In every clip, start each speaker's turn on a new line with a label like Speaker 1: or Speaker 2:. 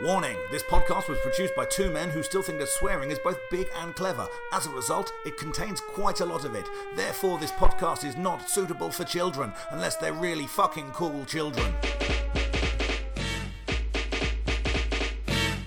Speaker 1: Warning this podcast was produced by two men who still think that swearing is both big and clever. As a result, it contains quite a lot of it. Therefore, this podcast is not suitable for children, unless they're really fucking cool children.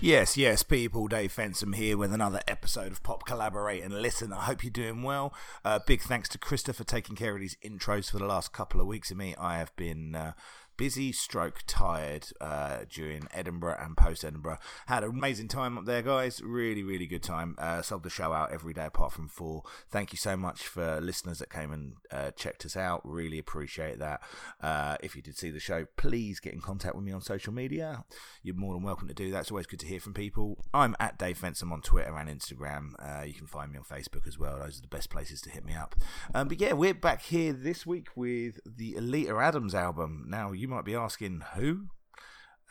Speaker 1: Yes, yes, people. Dave Fensom here with another episode of Pop Collaborate and Listen. I hope you're doing well. Uh, big thanks to Krista for taking care of these intros for the last couple of weeks. And me, I have been uh, busy, stroke tired uh, during Edinburgh and post Edinburgh. Had an amazing time up there, guys. Really, really good time. Uh, subbed the show out every day apart from four. Thank you so much for uh, listeners that came and uh, checked us out. Really appreciate that. Uh, if you did see the show, please get in contact with me on social media. You're more than welcome to do that. It's always good to hear from people. I'm at Dave Fensom on Twitter and Instagram. Uh, you can find me on Facebook as well. Those are the best places to hit me up. Um, but yeah, we're back here this week with the Alita Adams album. Now, you might be asking who?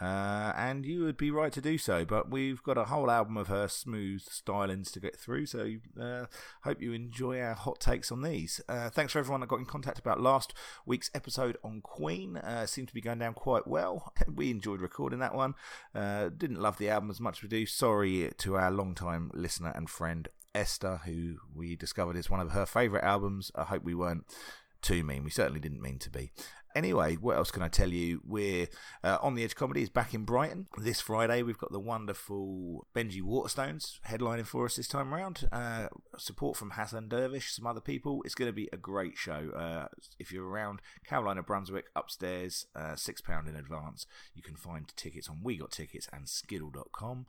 Speaker 1: Uh, and you would be right to do so, but we've got a whole album of her smooth stylings to get through, so uh, hope you enjoy our hot takes on these. Uh, thanks for everyone that got in contact about last week's episode on Queen. Uh, seemed to be going down quite well. We enjoyed recording that one. Uh, didn't love the album as much as we do. Sorry to our long-time listener and friend Esther, who we discovered is one of her favourite albums. I hope we weren't too mean. We certainly didn't mean to be. Anyway, what else can I tell you? We're uh, on the Edge Comedy is back in Brighton this Friday. We've got the wonderful Benji Waterstones headlining for us this time around. Uh, support from Hassan Dervish, some other people. It's going to be a great show. Uh, if you're around Carolina, Brunswick, upstairs, uh, six pound in advance. You can find tickets on We Got Tickets and Skiddle.com.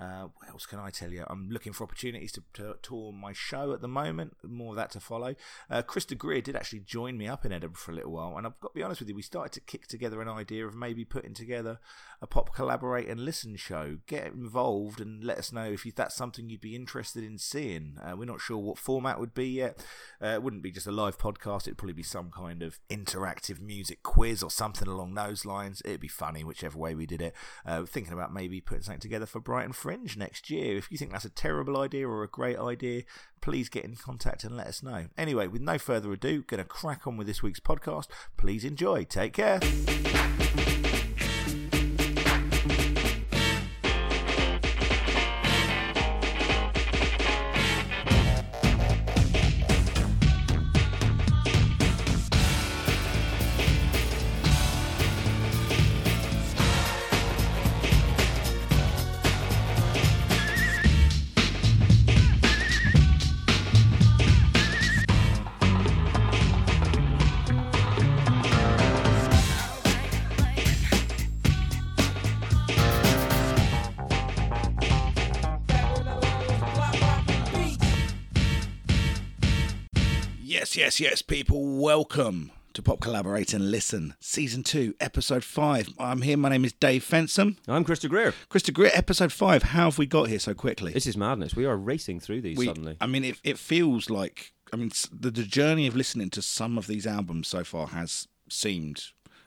Speaker 1: Uh, what else can I tell you? I'm looking for opportunities to, to tour my show at the moment. More of that to follow. Uh, Krista Greer did actually join me up in Edinburgh for a little while, and I've got to be honest with you, we started to kick together an idea of maybe putting together a pop collaborate and listen show. Get involved and let us know if you, that's something you'd be interested in seeing. Uh, we're not sure what format would be yet. Uh, it wouldn't be just a live podcast. It'd probably be some kind of interactive music quiz or something along those lines. It'd be funny whichever way we did it. Uh, thinking about maybe putting something together for Brighton Fringe next year. If you think that's a terrible idea or a great idea, please get in contact and let us know. Anyway, with no further ado, going to crack on with this week's podcast. Please enjoy. Take care. Yes, yes, yes, people, welcome to Pop Collaborate and Listen, Season 2, Episode 5. I'm here, my name is Dave Fensom.
Speaker 2: I'm Krista Greer.
Speaker 1: Krista Greer, Episode 5, how have we got here so quickly?
Speaker 2: This is madness. We are racing through these
Speaker 1: we,
Speaker 2: suddenly.
Speaker 1: I mean, it, it feels like, I mean, s- the, the journey of listening to some of these albums so far has seemed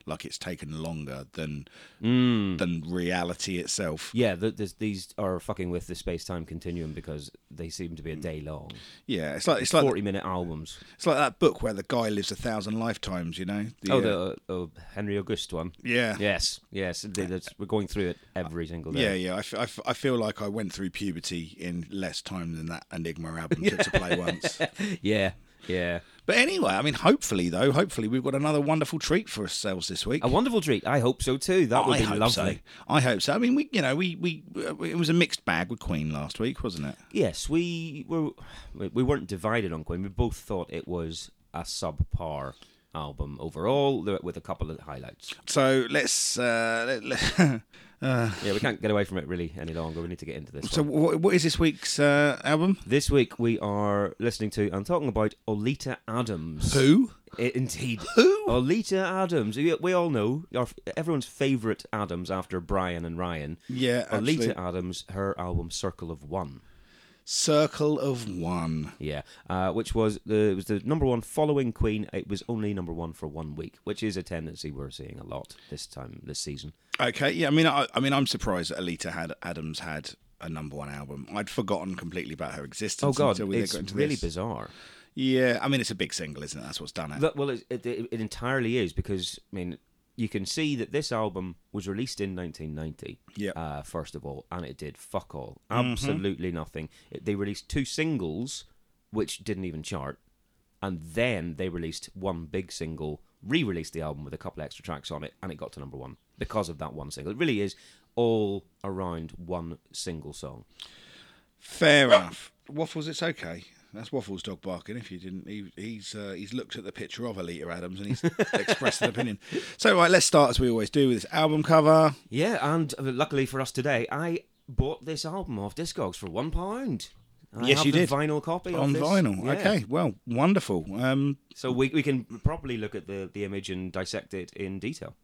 Speaker 1: like it's taken longer than than reality itself.
Speaker 2: yeah, th- this, these are fucking with the space time continuum because they seem to be a
Speaker 1: Mm.
Speaker 2: day long.
Speaker 1: Yeah, it's like it's like
Speaker 2: 40 minute albums.
Speaker 1: it's like that book where the guy lives a thousand lifetimes, you know? The,
Speaker 2: Oh,
Speaker 1: uh,
Speaker 2: the uh, oh, Henry August one.
Speaker 1: yeah.
Speaker 2: Yes, yes. indeed, that's- we're going through it every single
Speaker 1: Yeah,
Speaker 2: day.
Speaker 1: yeah. I, f- I, f- I feel like I went through puberty in less time than that Enigma album took to play once.
Speaker 2: Yeah, yeah. yeah.
Speaker 1: But anyway, I mean, hopefully, though, hopefully we've got another wonderful treat for ourselves this week.
Speaker 2: A wonderful treat. I hope so too. That would
Speaker 1: I
Speaker 2: be
Speaker 1: hope
Speaker 2: lovely.
Speaker 1: so. I hope so. I mean, we, you know, we, we, uh, it was a mixed bag with Queen last week, wasn't it?
Speaker 2: Yes, we were. We we weren't divided on Queen. We both thought it was a subpar album overall, th- with a couple of highlights.
Speaker 1: So let's. Uh, let, let- uh,
Speaker 2: Yeah, we can't get away from it really any longer. We need to get into this.
Speaker 1: so
Speaker 2: one.
Speaker 1: what, what is this week's uh, album?
Speaker 2: This week we are listening to and talking about Olita Adams.
Speaker 1: Who?
Speaker 2: I- Indeed.
Speaker 1: Who?
Speaker 2: Olita Adams. We, we all know our, everyone's favourite Adams after Brian and Ryan.
Speaker 1: Yeah, absolutely.
Speaker 2: Olita Adams, her album Circle of One.
Speaker 1: Circle of One.
Speaker 2: Yeah, uh, which was the it was the number one following Queen. It was only number one for one week, which is a tendency we're seeing a lot this time this season.
Speaker 1: Okay, yeah. I mean, I, I mean, I'm surprised that Alita had Adams had a number one album. I'd forgotten completely about her existence.
Speaker 2: Oh God,
Speaker 1: until we
Speaker 2: it's
Speaker 1: got into
Speaker 2: really
Speaker 1: this.
Speaker 2: bizarre.
Speaker 1: Yeah, I mean, it's a big single, isn't it? That's what's done it.
Speaker 2: That, well, it, it, it entirely is because I mean, you can see that this album was released in 1990.
Speaker 1: Yep.
Speaker 2: Uh, first of all, and it did fuck all, absolutely nothing. It, they released two singles, which didn't even chart, and then they released one big single, re-released the album with a couple extra tracks on it, and it got to number one because of that one single. It really is all around one single song.
Speaker 3: Fair enough. Waffles, it's okay. That's Waffles' dog barking. If you didn't, he, he's uh, he's looked at the picture of Alita Adams and he's expressed an opinion. So right, let's start as we always do with this album cover.
Speaker 2: Yeah, and uh, luckily for us today, I bought this album off Discogs for one pound. I
Speaker 3: Yes,
Speaker 2: have
Speaker 3: you
Speaker 2: the
Speaker 3: did.
Speaker 2: Vinyl copy of
Speaker 3: on
Speaker 2: this.
Speaker 3: vinyl.
Speaker 2: Yeah.
Speaker 3: Okay, well, wonderful. Um,
Speaker 2: So we, we can properly look at the, the image and dissect it in detail.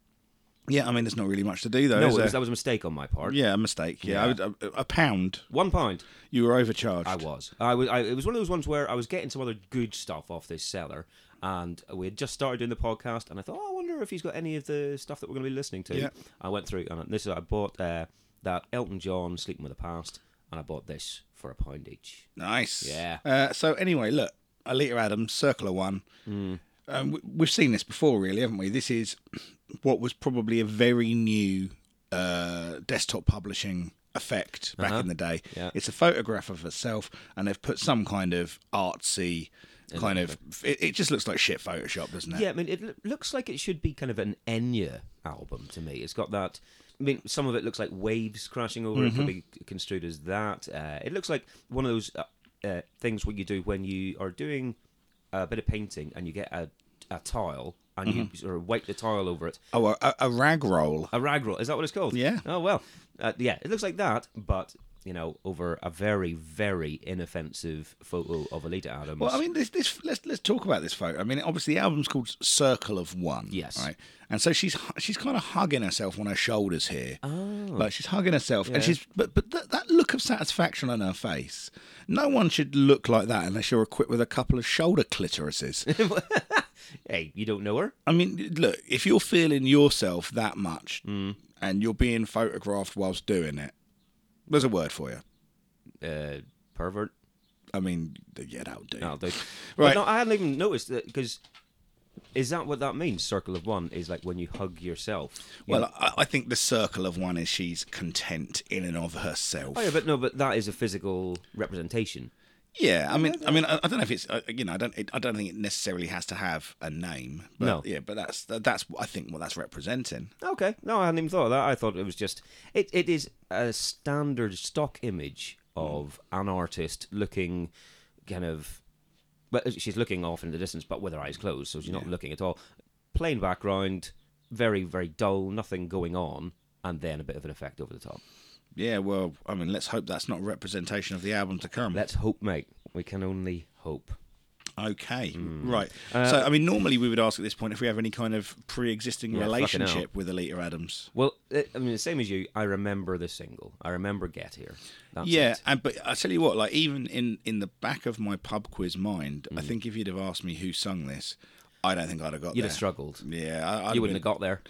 Speaker 3: yeah, I mean, there's not really much to do though.
Speaker 2: No,
Speaker 3: is
Speaker 2: it was,
Speaker 3: there?
Speaker 2: that was a mistake on my part.
Speaker 3: yeah, a mistake. Yeah, I would- a, a pound.
Speaker 2: One pound.
Speaker 3: You were overcharged.
Speaker 2: I was. I was. I, it was one of those ones where I was getting some other good stuff off this seller, and we had just started doing the podcast, and I thought, oh, I wonder if he's got any of the stuff that we're going to be listening to.
Speaker 3: Yeah.
Speaker 2: I went through, and this is I bought uh, that Elton John Sleeping with the Past, and I bought this for a pound each.
Speaker 3: Nice.
Speaker 2: Yeah.
Speaker 3: Uh, so anyway, look, Alita Adams, Circular One.
Speaker 2: Mm.
Speaker 3: Um, we, we've seen this before, really, haven't we? This is what was probably a very new uh, desktop publishing effect back in the day.
Speaker 2: Uh-huh. Yeah.
Speaker 3: It's a photograph of herself, and they've put some kind of artsy kind of. It, it just looks like shit Photoshop, doesn't it?
Speaker 2: Yeah, I mean, it l- looks like it should be kind of an Enya album to me. It's got that. I mean, some of it looks like waves crashing over. It
Speaker 3: Mm-hmm.
Speaker 2: could be construed as that. Uh, it looks like one of those uh, uh, things what you do when you are doing a bit of painting and you get a, a tile and
Speaker 3: Mm-hmm.
Speaker 2: you sort of wipe the tile over it.
Speaker 3: Oh, a, a rag roll.
Speaker 2: A rag roll. Is that what it's called?
Speaker 3: Yeah.
Speaker 2: Oh well. Uh, yeah, it looks like that, but you know, over a very, very inoffensive photo of Alita Adams.
Speaker 3: Well, I mean, this, this let's let's talk about this photo. I mean, obviously, the album's called Circle of One.
Speaker 2: Yes.
Speaker 3: Right. And so she's hu- she's kind of hugging herself on her shoulders here. Oh. Like she's hugging herself, and she's but but th- that look of satisfaction on her face. No one should look like that unless you're equipped with a couple of shoulder clitorises.
Speaker 2: hey, you don't know her?
Speaker 3: I mean, look, if you're feeling yourself that much, and you're being photographed whilst doing it, there's a word for you.
Speaker 2: Uh, pervert.
Speaker 3: I mean, yeah, that'll do.
Speaker 2: No, dude.
Speaker 3: Right.
Speaker 2: But no, I hadn't even noticed that because is that what that means? Circle of one is like when you hug yourself. you know?
Speaker 3: Well, I, I think the circle of one is she's content in and of herself.
Speaker 2: oh yeah, but no, but that is a physical representation.
Speaker 3: Yeah, I mean, I mean, I, I don't know if it's uh, you know, I don't, it, I don't think it necessarily has to have a name. But,
Speaker 2: No.
Speaker 3: Yeah, but that's that, that's what I think what that's representing.
Speaker 2: Okay, no, I hadn't even thought of that. I thought it was just it. It is a standard stock image of an artist looking kind of, but she's looking off in the distance, but with her eyes closed, so she's not looking at all. Plain background, very very dull, nothing going on, and then a bit of an effect over the top.
Speaker 3: Yeah, well, I mean, let's hope that's not a representation of the album to come.
Speaker 2: Let's hope, mate. We can only hope.
Speaker 3: okay,
Speaker 2: Hmm.
Speaker 3: right.
Speaker 2: Uh,
Speaker 3: so, I mean, normally we would ask at this point if we have any kind of pre-existing
Speaker 2: fucking
Speaker 3: relationship with Alita Adams.
Speaker 2: Well, I I mean, the same as you. I remember this single. I remember "Get Here." That's
Speaker 3: yeah,
Speaker 2: it.
Speaker 3: and but I tell you what, like even in in the back of my pub quiz mind, I think if you'd have asked me who sung this, I don't think I'd have got
Speaker 2: Hmm. you'd
Speaker 3: there.
Speaker 2: have struggled.
Speaker 3: Yeah, I, I'd
Speaker 2: You wouldn't
Speaker 3: been-
Speaker 2: have got there.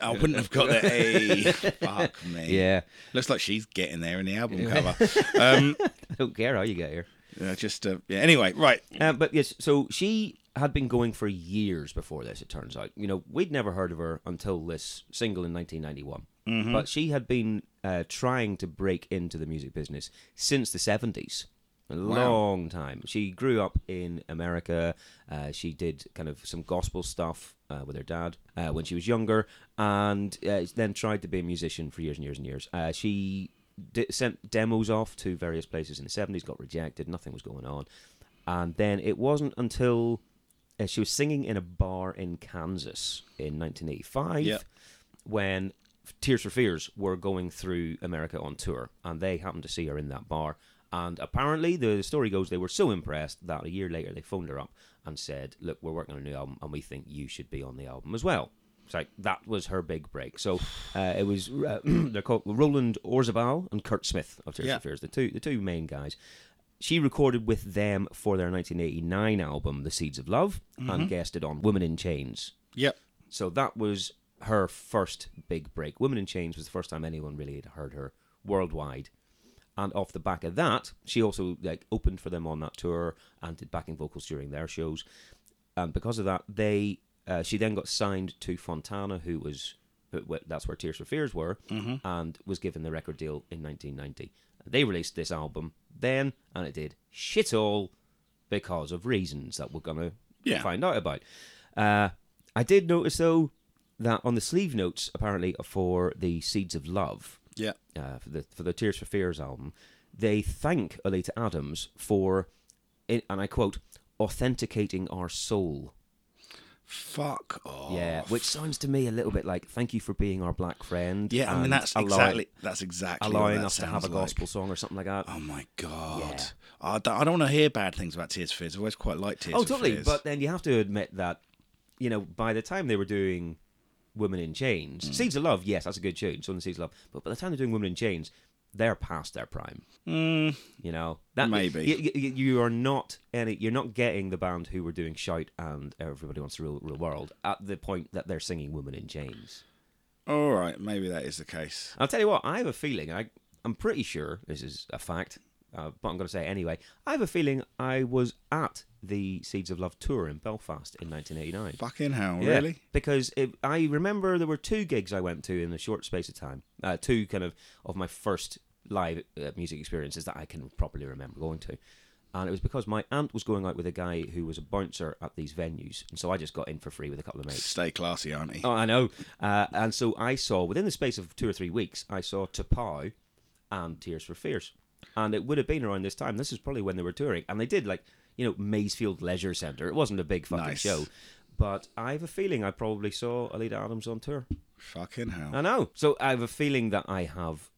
Speaker 3: I wouldn't have got that. Hey, fuck me.
Speaker 2: Yeah.
Speaker 3: Looks like she's getting there in the album cover. Um,
Speaker 2: I don't care how you get here.
Speaker 3: uh, just uh, yeah. Anyway, right.
Speaker 2: Uh, but yes, so she had been going for years before this. It turns out, you know, we'd never heard of her until this single in 1991. But she had been uh, trying to break into the music business since the 70s. A long time. She grew up in America. Uh, she did kind of some gospel stuff uh, with her dad uh, when she was younger, and uh, then tried to be a musician for years and years and years. Uh, she d- sent demos off to various places in the 70s, got rejected, nothing was going on. And then it wasn't until uh, she was singing in a bar in Kansas in 1985
Speaker 3: Yep.
Speaker 2: when Tears for Fears were going through America on tour, and they happened to see her in that bar. And apparently, the story goes they were so impressed that a year later they phoned her up and said, "Look, we're working on a new album, and we think you should be on the album as well." It's like that was her big break. So uh, it was uh, they're called Roland Orzabal and Kurt Smith of Tears
Speaker 3: Yeah.
Speaker 2: for Fears, the two the two main guys. She recorded with them for their 1989 album, The Seeds of Love, and guested on Women in Chains.
Speaker 3: Yep.
Speaker 2: So that was her first big break. Women in Chains was the first time anyone really had heard her worldwide. And off the back of that, she also like opened for them on that tour and did backing vocals during their shows. And because of that, they Uh, she then got signed to Fontana, who was who- wh- that's where Tears for Fears were, and was given the record deal in 1990. They released this album then, and it did shit all because of reasons that we're gonna
Speaker 3: Yeah.
Speaker 2: find out about. Uh, I did notice though that on the sleeve notes, apparently for the Seeds of Love,
Speaker 3: Yeah.
Speaker 2: uh, for the for the Tears for Fears album, they thank Alita Adams for, it, and I quote, authenticating our soul.
Speaker 3: Fuck off.
Speaker 2: Yeah, which sounds to me a little bit like thank you for being our black friend.
Speaker 3: Yeah, I mean
Speaker 2: and
Speaker 3: that's
Speaker 2: allow-
Speaker 3: exactly that's exactly what
Speaker 2: allowing
Speaker 3: that
Speaker 2: us to have
Speaker 3: sounds
Speaker 2: a
Speaker 3: like.
Speaker 2: gospel song or something like that.
Speaker 3: Oh my god!
Speaker 2: Yeah.
Speaker 3: I don't, I don't want to hear bad things about Tears for Fears. I've always quite liked Tears
Speaker 2: oh,
Speaker 3: for
Speaker 2: totally.
Speaker 3: Fears.
Speaker 2: But then you have to admit that, you know, by the time they were doing Women in Chains, Seeds of Love, yes, that's a good tune, Southern Seeds of Love. But by the time they're doing Women in Chains, they're past their prime.
Speaker 3: Mm,
Speaker 2: You know, that
Speaker 3: Maybe.
Speaker 2: you, you, you are not any. You're not getting the band who were doing Shout and Everybody Wants to Rule Real World at the point that they're singing Women in Chains.
Speaker 3: all right, maybe that is the case.
Speaker 2: I'll tell you what, I have a feeling, I, I'm pretty sure this is a fact, uh, but I'm going to say it anyway. I have a feeling I was at the Seeds of Love tour in Belfast in 1989.
Speaker 3: Fucking hell,
Speaker 2: Yeah,
Speaker 3: really?
Speaker 2: Because it, I remember there were two gigs I went to in a short space of time, uh, two kind of of my first live uh, music experiences that I can properly remember going to. And it was because my aunt was going out with a guy who was a bouncer at these venues, and so I just got in for free with a couple of mates.
Speaker 3: Stay classy, aren't he?
Speaker 2: Oh, I know. Uh, and so I saw within the space of two or three weeks, I saw Tapau and Tears for Fears, and it would have been around this time. This is probably when they were touring, and they did like you know Maysfield Leisure Centre. It wasn't a big fucking
Speaker 3: Nice.
Speaker 2: show, but I have a feeling I probably saw Alida Adams on tour.
Speaker 3: Fucking hell.
Speaker 2: I know. So I have a feeling that I have,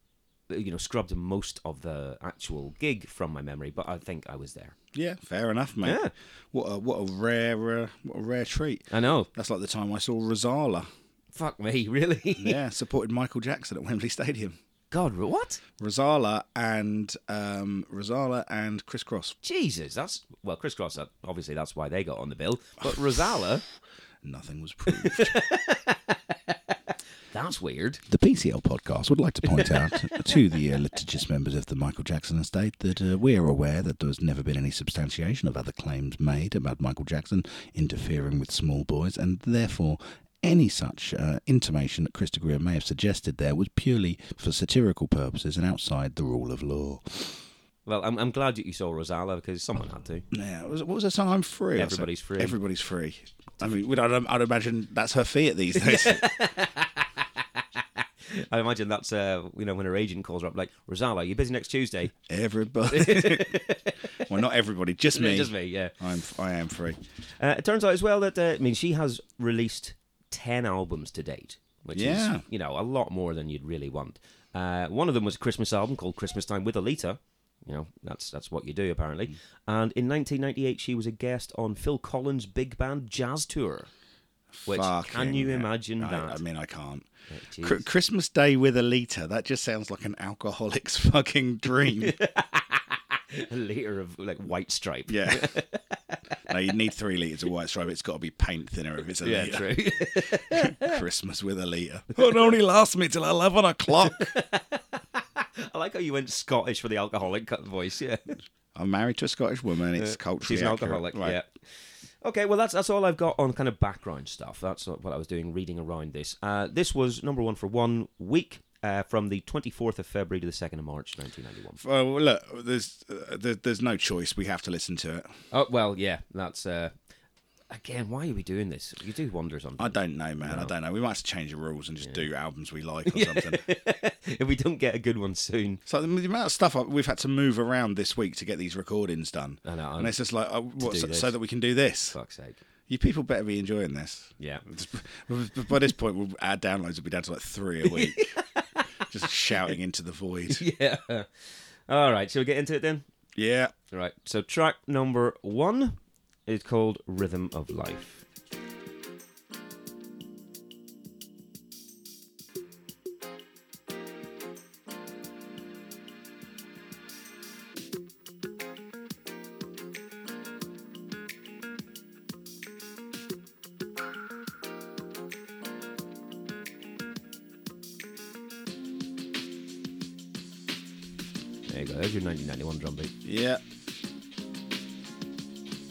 Speaker 2: you know, scrubbed most of the actual gig from my memory, but I think I was there.
Speaker 3: yeah, fair enough, mate.
Speaker 2: Yeah.
Speaker 3: What a what a rare uh, what a rare treat.
Speaker 2: I know.
Speaker 3: That's like the time I saw Rosala.
Speaker 2: Fuck me, really?
Speaker 3: Yeah, supported Michael Jackson at Wembley Stadium.
Speaker 2: God, what?
Speaker 3: Rosala and um, Rosala and Chris Cross.
Speaker 2: Jesus, that's well, Chris Cross. That, obviously, that's why they got on the bill. But Rosala,
Speaker 3: Nothing was proved.
Speaker 2: that's weird.
Speaker 3: The PCL podcast would like to point out to the uh, litigious members of the Michael Jackson estate that uh, we are aware that there's never been any substantiation of other claims made about Michael Jackson interfering with small boys, and therefore any such uh, intimation that Chris de Greer may have suggested there was purely for satirical purposes and outside the rule of law.
Speaker 2: Well, I'm, I'm glad that you saw Rosala because someone had to.
Speaker 3: Yeah, what was- what was that song? I'm free. or something?
Speaker 2: Everybody's Free.
Speaker 3: Everybody's free. I mean, would- I'd, I'd imagine that's her fee at these days.
Speaker 2: I imagine that's uh, you know when her agent calls her up like Rosala, you busy next Tuesday?
Speaker 3: everybody. well, not everybody, just me.
Speaker 2: Just me, yeah.
Speaker 3: I'm, I am free.
Speaker 2: Uh, it turns out as well that uh, I mean she has released ten albums to date, which
Speaker 3: Yeah.
Speaker 2: is you know a lot more than you'd really want. Uh, one of them was a Christmas album called Christmas Time with Alita. You know that's that's what you do apparently.
Speaker 3: Mm.
Speaker 2: And in 1998, she was a guest on Phil Collins' big band jazz tour. Which can
Speaker 3: Fucking
Speaker 2: you
Speaker 3: hell.
Speaker 2: imagine
Speaker 3: I,
Speaker 2: that?
Speaker 3: I mean, I can't.
Speaker 2: jeez.
Speaker 3: Cr- Christmas Day with a liter. That just sounds like an alcoholic's fucking dream.
Speaker 2: a liter of like white stripe.
Speaker 3: yeah. no, you need three liters of white stripe. It's got to be paint thinner if it's a
Speaker 2: Yeah,
Speaker 3: liter.
Speaker 2: true.
Speaker 3: Christmas with a liter. it only lasts me till eleven o'clock.
Speaker 2: I like how you went Scottish for the alcoholic cut voice. Yeah,
Speaker 3: I'm married to a Scottish woman. It's culturally
Speaker 2: Uh, she's an
Speaker 3: accurate.
Speaker 2: alcoholic.
Speaker 3: Right.
Speaker 2: Yeah. Okay, well that's that's all I've got on kind of background stuff. That's not what I was doing reading around this. Uh, this was number one for one week uh, from the 24th of February to the 2nd of March 1991.
Speaker 3: Uh, well, look, there's uh, there, there's no choice. We have to listen to it.
Speaker 2: Oh well, yeah, that's uh, again why are we doing this? You do wonder sometimes.
Speaker 3: I don't know, man. I don't know. We might have to change the rules and just do albums we like or something.
Speaker 2: if we don't get a good one soon,
Speaker 3: So the the amount of stuff I- we've had to move around this week to get these recordings done,
Speaker 2: I know,
Speaker 3: and it's just like, oh,
Speaker 2: Uh,
Speaker 3: what,
Speaker 2: do
Speaker 3: so,
Speaker 2: this.
Speaker 3: so that we can do this.
Speaker 2: fuck's sake.
Speaker 3: You people better be enjoying this.
Speaker 2: Yeah.
Speaker 3: By this point, we'll, our downloads will be down to like three a week, just shouting into the void.
Speaker 2: Yeah. All right, shall we get into it then?
Speaker 3: Yeah,
Speaker 2: Right. So track number one is called Rhythm of Life. There you go. There's your 1991 drum beat.
Speaker 3: yeah.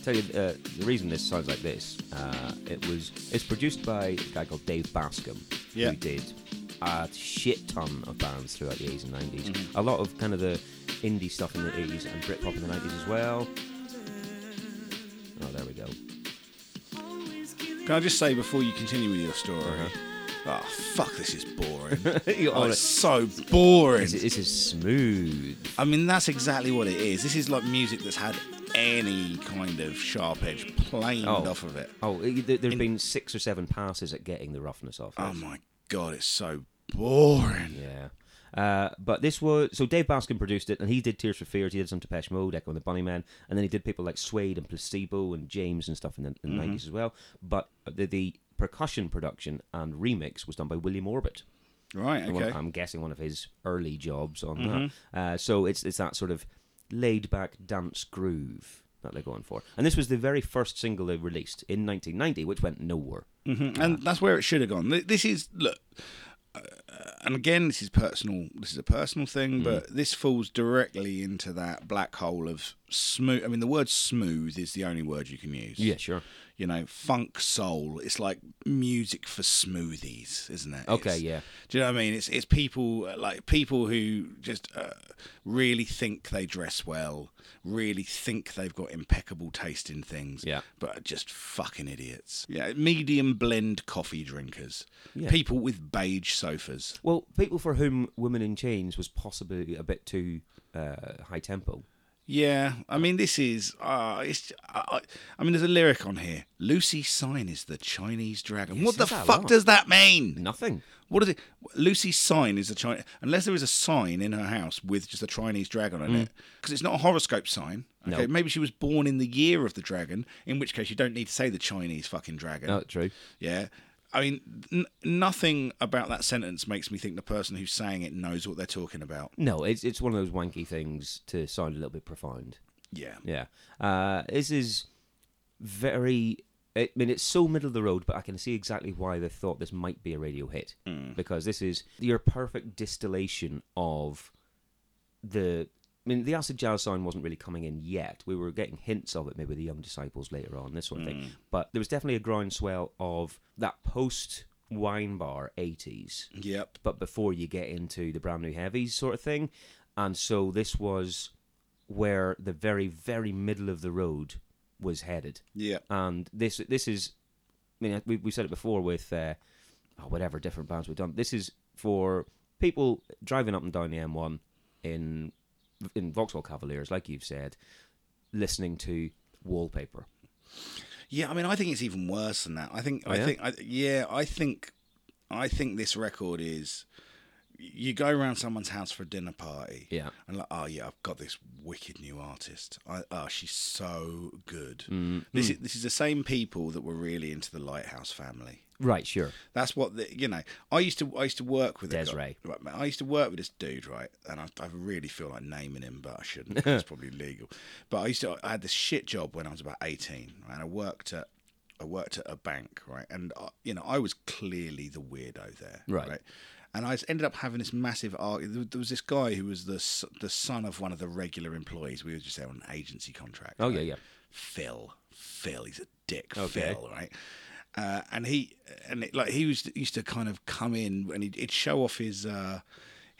Speaker 2: tell you uh, the reason this sounds like this. Uh, it was it's produced by a guy called Dave Bascom,
Speaker 3: Yeah.
Speaker 2: who did a shit ton of bands throughout the 80s and 90s.
Speaker 3: Mm-hmm.
Speaker 2: A lot of kind of the indie stuff in the 80s and Britpop in the 90s as well. Oh, there we go.
Speaker 3: Can I just say before you continue with your story?
Speaker 2: Uh-huh.
Speaker 3: Oh fuck! This is boring.
Speaker 2: You
Speaker 3: oh,
Speaker 2: are-
Speaker 3: it's so boring.
Speaker 2: This is- this is smooth.
Speaker 3: I mean, that's exactly what it is. This is like music that's had any kind of sharp edge planed
Speaker 2: Oh.
Speaker 3: off of it.
Speaker 2: Oh, it- there there have been six or seven passes at getting the roughness off.
Speaker 3: Oh
Speaker 2: this.
Speaker 3: my god, it's so boring.
Speaker 2: Yeah. Uh, but this was so Dave Baskin produced it, and he did Tears for Fears. He did some Depeche Mode, Echo and the Bunnymen, and then he did people like Suede and Placebo and James and stuff in the in the 90s as well. But the, the percussion production and remix was done by William Orbit.
Speaker 3: Right?
Speaker 2: One-
Speaker 3: Okay.
Speaker 2: I'm guessing one of his early jobs on that. Uh, so it's it's that sort of laid back dance groove that they're going for. And this was the very first single they released in 1990, which went nowhere.
Speaker 3: and that's where it should have gone. Th- This is look, uh, and again, this is personal. This is a personal
Speaker 2: Mm.
Speaker 3: thing, but this falls directly into that black hole of smooth. I mean, the word smooth is the only word you can use.
Speaker 2: sure.
Speaker 3: you know, funk soul. It's like music for smoothies, isn't it?
Speaker 2: Okay,
Speaker 3: It's-
Speaker 2: yeah.
Speaker 3: Do you know what I mean? It's it's people uh, like people who just uh, really think they dress well, really think they've got impeccable taste in things,
Speaker 2: Yeah.
Speaker 3: but are just fucking idiots. Yeah, medium blend coffee drinkers,
Speaker 2: Yeah.
Speaker 3: people with beige sofas.
Speaker 2: Well, people for whom Women in Chains was possibly a bit too uh, high tempo.
Speaker 3: Yeah, I mean this is uh, it's. I I I mean, there's a lyric on here. Lucy Sign is the Chinese dragon. what the
Speaker 2: says that a
Speaker 3: fuck
Speaker 2: lot.
Speaker 3: does that mean?
Speaker 2: Nothing.
Speaker 3: What is it? Lucy's sign is a Chinese. Unless there is a sign in her house with just a Chinese dragon on it, because it's not a horoscope sign.
Speaker 2: No.
Speaker 3: Okay, maybe she was born in the year of the dragon, in which case you don't need to say the Chinese fucking dragon.
Speaker 2: Not true.
Speaker 3: Yeah. I mean, n- nothing about that sentence makes me think the person who's saying it knows what they're talking about.
Speaker 2: No, it's it's one of those wanky things to sound a little bit profound.
Speaker 3: Yeah.
Speaker 2: Yeah. Uh, this is very. I mean, it's so middle of the road, but I can see exactly why they thought this might be a radio hit because this is your perfect distillation of the. I mean, the acid jazz sound wasn't really coming in yet. We were getting hints of it, maybe the Young Disciples later on, this sort of thing. But there was definitely a groundswell of that post wine bar eighties
Speaker 3: Yep.
Speaker 2: but before you get into the brand new heavies sort of thing. And so this was where the very, very middle of the road was headed.
Speaker 3: Yep.
Speaker 2: And this this is, I mean, we, we said it before with uh, oh, whatever different bands we've done. This is for people driving up and down the M1 in in Vauxhall Cavaliers, like you've said, listening to wallpaper.
Speaker 3: Yeah, I mean, I think it's even worse than that. I think, I
Speaker 2: Oh, yeah?
Speaker 3: think, I, yeah, I think, I think this record is. You go around someone's house for a dinner party,
Speaker 2: Yeah.
Speaker 3: and like, oh yeah, I've got this wicked new artist. I, oh, she's so good.
Speaker 2: Mm-hmm. Hmm.
Speaker 3: This is this is the same people that were really into the Lighthouse family.
Speaker 2: Right, sure.
Speaker 3: That's what the, you know. I used to I used to work with a guy-
Speaker 2: Desiree.
Speaker 3: right, man, I used to work with this dude, right? And I, I really feel like naming him, but I shouldn't. 'cause it's probably legal. But I used to I had this shit job when I was about eighteen, right? and I worked at I worked at a bank, right? And I, you know I was clearly the weirdo there,
Speaker 2: Right.
Speaker 3: And I ended up having this massive argument. There was this guy who was the s- the son of one of the regular employees. We were just there on an agency contract.
Speaker 2: Oh,
Speaker 3: right?
Speaker 2: yeah, yeah.
Speaker 3: Phil. Phil, he's a dick.
Speaker 2: Okay.
Speaker 3: Phil, right? Uh, and he and it, like he was used to kind of come in and he'd, he'd show off his uh,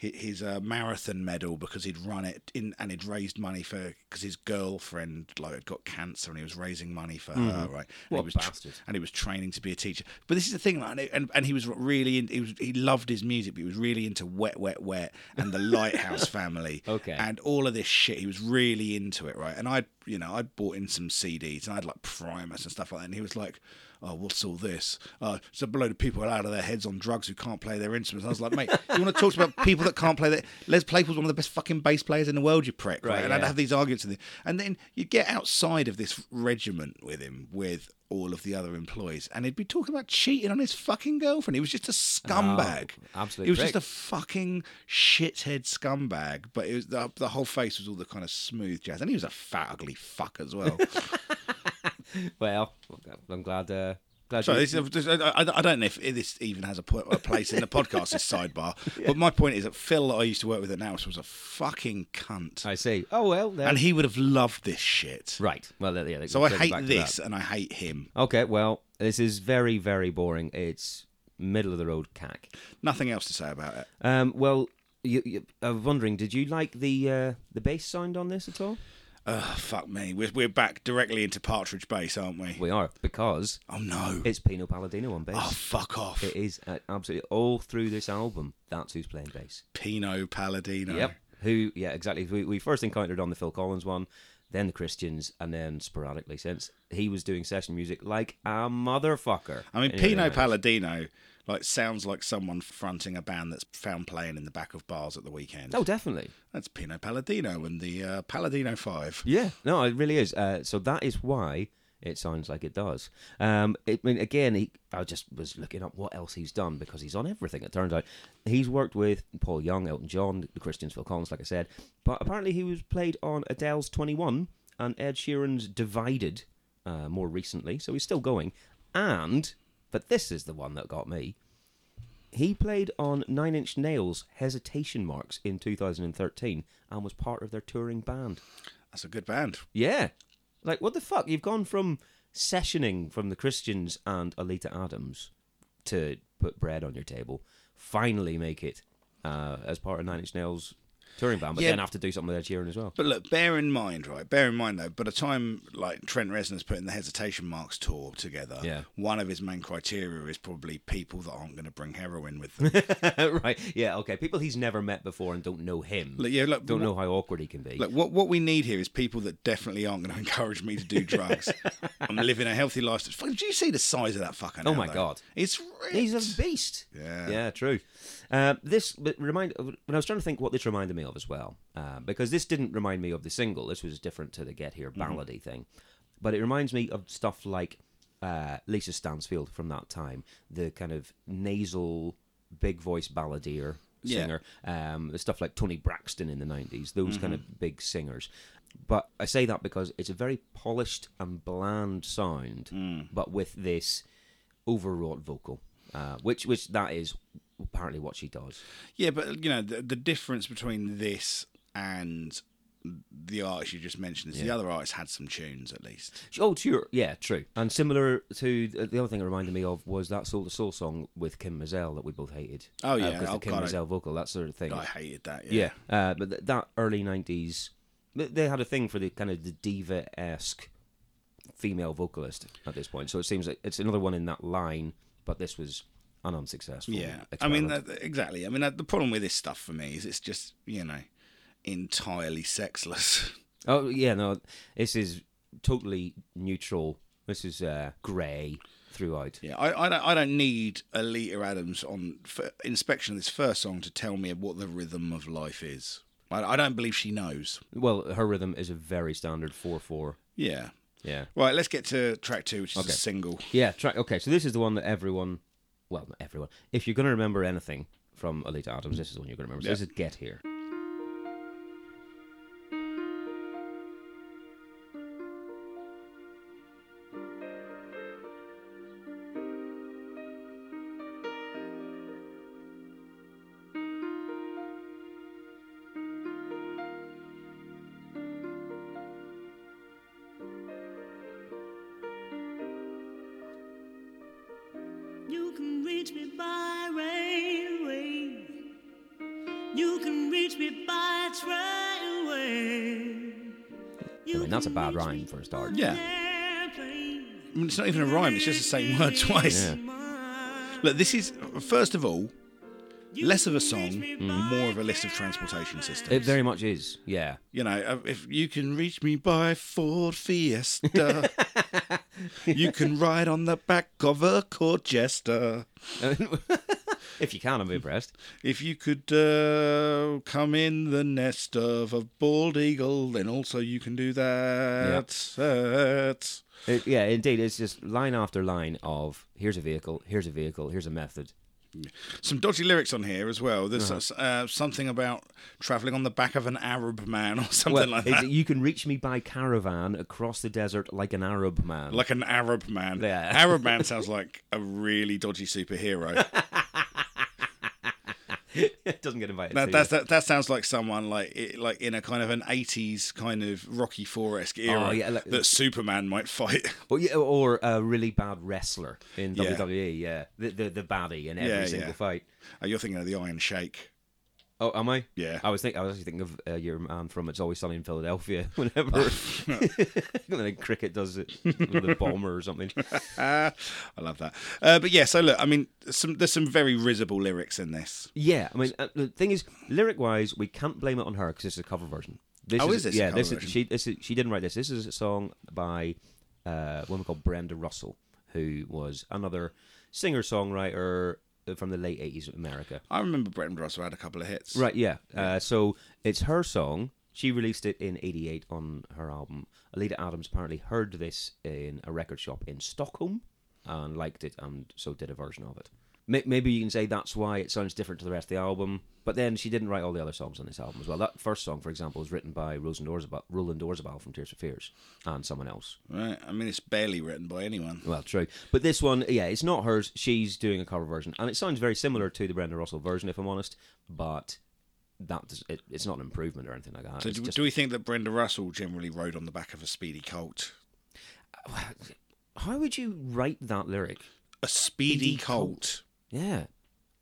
Speaker 3: hi- his uh, marathon medal because he'd run it in and he'd raised money for because his girlfriend like had got cancer and he was raising money for her, right? And
Speaker 2: Mm-hmm. What
Speaker 3: he was tr-
Speaker 2: bastard.
Speaker 3: and he was training to be a teacher. But this is the thing, like, and, and and he was really in, he was he loved his music, but he was really into Wet Wet Wet and the Lighthouse Family,
Speaker 2: Okay.
Speaker 3: and all of this shit. He was really into it, right? And I, would you know, I'd bought in some CDs and I'd like Primus and stuff like that, and he was like. Oh, what's all this? Uh, it's a load of people out of their heads on drugs who can't play their instruments. I was like, mate, you want to talk about people that can't play their? Les Claypool's one of the best fucking bass players in the world, you prick. Right?
Speaker 2: Right,
Speaker 3: And I'd
Speaker 2: yeah.
Speaker 3: have these arguments with him. And then you'd get outside of this regiment with him, with all of the other employees, and he'd be talking about cheating on his fucking girlfriend. He was just a scumbag.
Speaker 2: Oh, absolute
Speaker 3: He was
Speaker 2: prick.
Speaker 3: just a fucking shithead scumbag. But it was the, the whole face was all the kind of smooth jazz, and he was a fat ugly fuck as well.
Speaker 2: Well, I'm glad uh, Glad
Speaker 3: Sorry,
Speaker 2: you-
Speaker 3: this is, I, I- I don't know if this even has a, po- a place in the podcast, this sidebar. But my point is that Phil, that I used to work with at Now, was a fucking cunt.
Speaker 2: I see. Oh well, then.
Speaker 3: and he would have loved this shit.
Speaker 2: right. Well, yeah. that
Speaker 3: So I
Speaker 2: goes back
Speaker 3: hate
Speaker 2: to that.
Speaker 3: this and I hate him.
Speaker 2: Okay, well, this is very, very boring. It's middle of the road cack.
Speaker 3: Nothing else to say about it.
Speaker 2: Um, well, you, you, I'm wondering, did you like the uh, the bass sound on this at all?
Speaker 3: Oh, fuck me. We're, we're back directly into Partridge Base, aren't we?
Speaker 2: We are because
Speaker 3: Oh, no.
Speaker 2: it's Pino Palladino on bass.
Speaker 3: Oh, fuck off.
Speaker 2: It is uh, absolutely all through this album. That's who's playing bass.
Speaker 3: Pino Palladino.
Speaker 2: Yep. Who? Yeah, exactly. We, we first encountered on the Phil Collins one, then the Christians, and then sporadically since he was doing session music like a motherfucker.
Speaker 3: I mean,
Speaker 2: And you're
Speaker 3: Pino
Speaker 2: like,
Speaker 3: Palladino like sounds like someone fronting a band that's found playing in the back of bars at the weekend.
Speaker 2: Oh, definitely.
Speaker 3: That's Pino Palladino and the uh, Palladino Five.
Speaker 2: Yeah, no, it really is. Uh, so that is why it sounds like it does. Um, it, I mean, again, he, I just was looking up what else he's done because he's on everything. It turns out he's worked with Paul Young, Elton John, the Christians, Phil Collins, like I said. But apparently, he was played on Adele's Twenty One and Ed Sheeran's Divided uh, more recently. So he's still going. And but this is the one that got me. He played on Nine Inch Nails' Hesitation Marks in 2013 and was part of their touring band.
Speaker 3: That's a good band.
Speaker 2: Yeah. Like, what the fuck? You've gone from sessioning from the Christians and Alita Adams to put bread on your table, finally make it uh, as part of Nine Inch Nails touring band, but
Speaker 3: Yeah.
Speaker 2: then have to do something with Ed Sheeran as well.
Speaker 3: But look, bear in mind, right? Bear in mind, though, by the time like Trent Reznor's putting the Hesitation Marks tour together,
Speaker 2: Yeah.
Speaker 3: one of his main criteria is probably people that aren't going to bring heroin with them.
Speaker 2: right. Yeah, okay. People he's never met before and don't know him.
Speaker 3: Look, yeah, look,
Speaker 2: don't know how awkward he can be.
Speaker 3: Look, what what we need here is people that definitely aren't going to encourage me to do drugs. I'm living a healthy lifestyle. Fuck, Do you see the size of that fucking?
Speaker 2: Oh
Speaker 3: hell,
Speaker 2: my
Speaker 3: though?
Speaker 2: God.
Speaker 3: it's
Speaker 2: He's
Speaker 3: ripped.
Speaker 2: a beast.
Speaker 3: Yeah.
Speaker 2: yeah, true. Uh, this but remind when I was trying to think what this reminded me of as well, uh, because this didn't remind me of the single. This was different to the Get Here
Speaker 3: Mm-hmm.
Speaker 2: ballady thing, but it reminds me of stuff like uh, Lisa Stansfield from that time, the kind of nasal, big voice balladeer
Speaker 3: Yeah.
Speaker 2: singer. Um, the stuff like Tony Braxton in the nineties, those kind
Speaker 3: Mm-hmm.
Speaker 2: of big singers. But I say that because it's a very polished and bland sound,
Speaker 3: Mm.
Speaker 2: but with this overwrought vocal, uh, which which that is apparently what she does.
Speaker 3: Yeah, but you know the, the difference between this and the artist you just mentioned is the other artist had some tunes at least.
Speaker 2: Oh, sure, yeah, true. And similar to uh, the other thing it reminded me of was that Soul to Soul song with Kim Mazel that we both hated.
Speaker 3: Oh, yeah,
Speaker 2: because
Speaker 3: oh,
Speaker 2: the Kim
Speaker 3: God, I-
Speaker 2: Mazel vocal, that sort of thing.
Speaker 3: I hated that. Yeah.
Speaker 2: yeah, uh, but th- that early '90s, th- they had a thing for the kind of the diva esque female vocalist at this point. So it seems like it's another one in that line, but this was an unsuccessful.
Speaker 3: Yeah, I
Speaker 2: experiment.
Speaker 3: mean that, exactly. I mean that, the problem with this stuff for me is it's just you know entirely sexless.
Speaker 2: Oh yeah, no, this is totally neutral. This is uh, grey throughout.
Speaker 3: Yeah, I, I don't I don't need Alita Adams on for inspection of this first song to tell me what the rhythm of life is. I, I don't believe she knows.
Speaker 2: Well, her rhythm is a very standard four four.
Speaker 3: Yeah.
Speaker 2: Yeah,
Speaker 3: Right, let's get to track two, which is
Speaker 2: Okay.
Speaker 3: a single.
Speaker 2: yeah. Track. Okay, so this is the one that everyone, well, not everyone. If you're gonna remember anything from Alita Adams, this is the one you're gonna remember. So this is Get Here.
Speaker 4: You can reach me by railway. You can reach me by trainway.
Speaker 2: I mean, that's a bad rhyme for a start.
Speaker 3: Yeah. I mean, it's not even a rhyme, it's just the same word twice.
Speaker 2: Yeah.
Speaker 3: Look, this is, first of all, less of a song, more of a list of transportation systems.
Speaker 2: It very much is. Yeah.
Speaker 3: you know, uh, if you can reach me by Ford Fiesta, you can ride on the back of a Corchester.
Speaker 2: if you can, I'm impressed.
Speaker 3: If you could uh, come in the nest of a bald eagle, then also you can do that. That.
Speaker 2: It, yeah, indeed. It's just line after line of here's a vehicle, here's a vehicle, here's a method.
Speaker 3: Some dodgy lyrics on here as well. There's
Speaker 2: Uh-huh.
Speaker 3: uh, something about traveling on the back of an Arab man or something
Speaker 2: Well,
Speaker 3: like
Speaker 2: it's-
Speaker 3: that.
Speaker 2: you can reach me by caravan across the desert like an Arab man.
Speaker 3: Like an Arab man.
Speaker 2: Yeah.
Speaker 3: Arab man sounds like a really dodgy superhero.
Speaker 2: it doesn't get invited.
Speaker 3: That,
Speaker 2: to
Speaker 3: that's,
Speaker 2: you.
Speaker 3: that that sounds like someone like it, like in a kind of an '80s kind of Rocky Four esque era
Speaker 2: Oh, yeah, like-
Speaker 3: that Superman might fight.
Speaker 2: Or, yeah, or a really bad wrestler in
Speaker 3: Yeah.
Speaker 2: WWE. Yeah, the the, the baddie in every
Speaker 3: Yeah,
Speaker 2: single
Speaker 3: yeah.
Speaker 2: fight.
Speaker 3: Oh, you're thinking of the Iron Shake.
Speaker 2: Oh, am I?
Speaker 3: Yeah.
Speaker 2: I was think I was actually thinking of uh, your man from It's Always Sunny in Philadelphia. Whenever when cricket does it with a bomber or something.
Speaker 3: Ah, I love that. Uh, but yeah, so look, I mean, some there's some very risible lyrics in this.
Speaker 2: Yeah, I mean uh, the thing is, lyric wise, we can't blame it on her because it's a cover version. This
Speaker 3: Oh, is this a
Speaker 2: yeah,
Speaker 3: cover
Speaker 2: this
Speaker 3: version?
Speaker 2: is she. This is, she didn't write this. This is a song by uh, a woman called Brenda Russell, who was another singer songwriter from the late '80s America.
Speaker 3: I remember Bretton Russell had a couple of hits.
Speaker 2: Right, yeah. Uh, so it's her song. She released it in '88 on her album. Alida Adams apparently heard this in a record shop in Stockholm and liked it, and so did a version of it. May- Maybe you can say that's why it sounds different to the rest of the album. But then she didn't write all the other songs on this album as well. That first song, for example, is written by Roland Orzabal, Roland Orzabal from Tears for Fears and someone else.
Speaker 3: Right. I mean, it's barely written by anyone.
Speaker 2: Well, true. But this one, yeah, it's not hers. She's doing a cover version, and it sounds very similar to the Brenda Russell version, if I'm honest. But that does, it, it's not an improvement or anything like that.
Speaker 3: So
Speaker 2: It's
Speaker 3: do,
Speaker 2: just-
Speaker 3: do we think that Brenda Russell generally rode on the back of a speedy colt?
Speaker 2: how would you write that lyric?
Speaker 3: A speedy
Speaker 2: Speedy colt.
Speaker 3: colt.
Speaker 2: Yeah,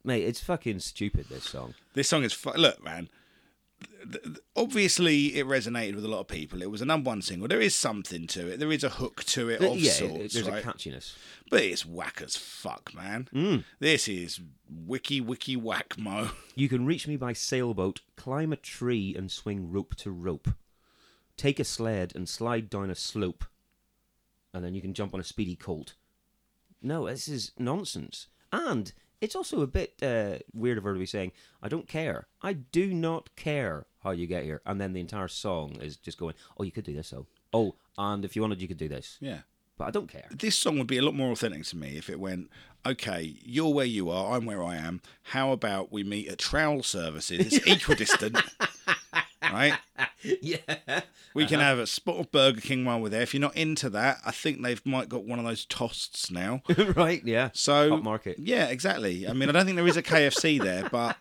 Speaker 2: mate, it's fucking stupid. This song.
Speaker 3: This song is fu- look, man. th- th- Obviously, it resonated with a lot of people. It was a number one single. There is something to it. There is a hook to it of
Speaker 2: yeah, it-
Speaker 3: sorts,
Speaker 2: there's
Speaker 3: right?
Speaker 2: a catchiness. Mm.
Speaker 3: but it's whack as fuck, man. This is wiki wiki whack mo.
Speaker 2: You can reach me by sailboat, climb a tree and swing rope to rope, take a sled and slide down a slope, and then you can jump on a speedy colt. No, this is nonsense. And it's also a bit uh, weird of her to be saying, I don't care. I do not care how you get here. And then the entire song is just going, oh, you could do this, though. Oh, and if you wanted, you could do this.
Speaker 3: Yeah.
Speaker 2: But I don't care.
Speaker 3: This song would be a lot more authentic to me if it went, okay, you're where you are, I'm where I am. How about we meet at trowel services? It's equidistant, right?
Speaker 2: yeah.
Speaker 3: We can
Speaker 2: Uh-huh.
Speaker 3: have a spot of Burger King while we're there. If you're not into that, I think they've might got one of those toasts now.
Speaker 2: right, yeah.
Speaker 3: So
Speaker 2: Hot market.
Speaker 3: Yeah, exactly. I mean, I don't think there is a KFC there, but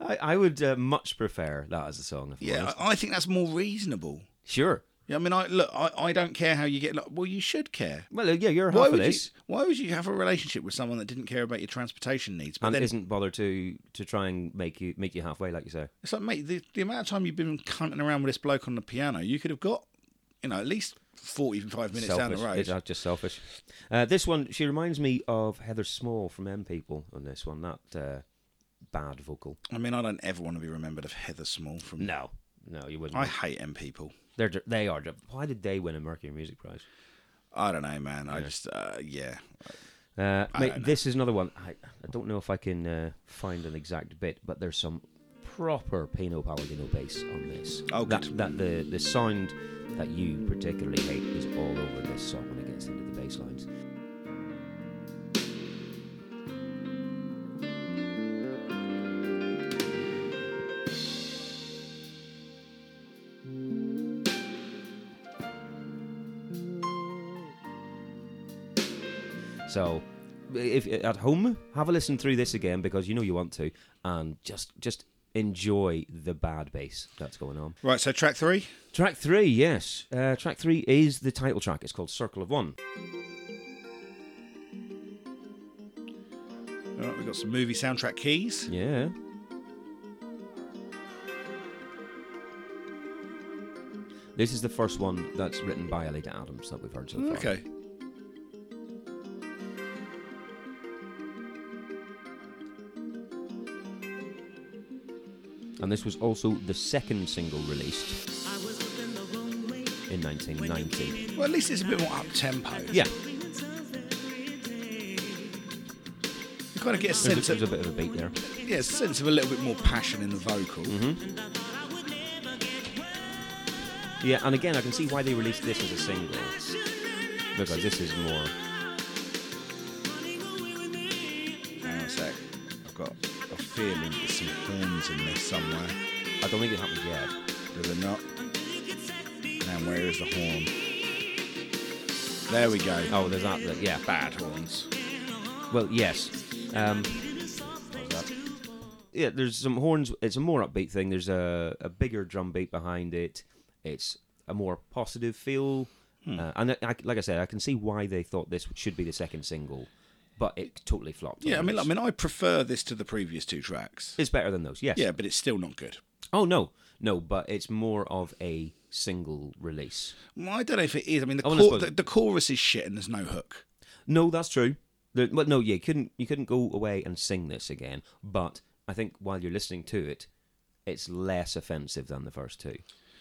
Speaker 2: I, I would uh, much prefer that as a song. If I'm
Speaker 3: yeah,
Speaker 2: honest.
Speaker 3: I, I think that's more reasonable.
Speaker 2: Sure.
Speaker 3: Yeah, I mean, I look, I, I don't care how you get. Like, well, you should care.
Speaker 2: Well, yeah, you're half
Speaker 3: Why
Speaker 2: of
Speaker 3: would you?
Speaker 2: this,
Speaker 3: Why would you have a relationship with someone that didn't care about your transportation needs? But
Speaker 2: and
Speaker 3: then
Speaker 2: isn't bothered to to try and make you make you halfway, like you say.
Speaker 3: it's like, mate, the, the amount of time you've been cunting around with this bloke on the piano, you could have got, you know, at least forty-five minutes down the road.
Speaker 2: It's uh, just selfish. Uh, this one, she reminds me of Heather Small from M People on this one. That uh, bad vocal.
Speaker 3: I mean, I don't ever want to be remembered of Heather Small from.
Speaker 2: No, no, you wouldn't.
Speaker 3: I hate M people.
Speaker 2: They're d- they are. d- Why did they win a Mercury Music Prize?
Speaker 3: I don't know, man. I just, uh, yeah.
Speaker 2: Uh, mate,
Speaker 3: don't know.
Speaker 2: this is another one. I, I don't know if I can uh, find an exact bit, but there's some proper Pino Palladino bass on this.
Speaker 3: Oh,
Speaker 2: that,
Speaker 3: good.
Speaker 2: that the the sound that you particularly hate is all over this song when it gets into the bass lines. So, if at home, have a listen through this again because you know you want to, and just just enjoy the bad bass that's going on.
Speaker 3: Right, so track three.
Speaker 2: Track three, yes, uh, track three is the title track. It's called Circle of One.
Speaker 3: All right, we've got some movie soundtrack keys.
Speaker 2: Yeah. This is the first one that's written by Alida Adams that we've heard so far.
Speaker 3: Okay.
Speaker 2: And this was also the second single released
Speaker 4: I was up in the wrong way
Speaker 2: in 1990.
Speaker 3: Well, at least it's a bit more up tempo.
Speaker 2: Yeah.
Speaker 4: every day.
Speaker 3: You kind of get a
Speaker 2: There's a,
Speaker 3: sense
Speaker 2: there's a
Speaker 3: of
Speaker 2: bit of a beat there.
Speaker 3: yeah, a sense of a little bit more passion in the vocal.
Speaker 2: Mm-hmm. Yeah, and again, I can see why they released this as a single. Because this is more.
Speaker 4: Running away with me.
Speaker 3: Hang on a sec. got a feeling there's some horns in there somewhere.
Speaker 2: I don't think it happened yet.
Speaker 3: Do they not? And where is the horn? There we go.
Speaker 2: Oh, there's that. that- yeah.
Speaker 3: bad horns.
Speaker 2: Well, yes. Um, yeah, there's some horns. It's a more upbeat thing. There's a, a bigger drum beat behind it. It's a more positive feel.
Speaker 3: Hmm.
Speaker 2: Uh, and I, I, like I said, I can see why they thought this should be the second single, but it totally flopped.
Speaker 3: Yeah, I mean, I
Speaker 2: It's-
Speaker 3: mean, I prefer this to the previous two tracks.
Speaker 2: it's better than those. Yes.
Speaker 3: Yeah, but it's still not good.
Speaker 2: Oh no, no, but it's more of a single release.
Speaker 3: Well, I don't know if it is. I mean, the,
Speaker 2: I wouldn't
Speaker 3: chor-
Speaker 2: suppose-
Speaker 3: the, the chorus is shit and there's no hook.
Speaker 2: No, that's true. The, but no, yeah, you couldn't you couldn't go away and sing this again. But I think while you're listening to it, it's less offensive than the first two,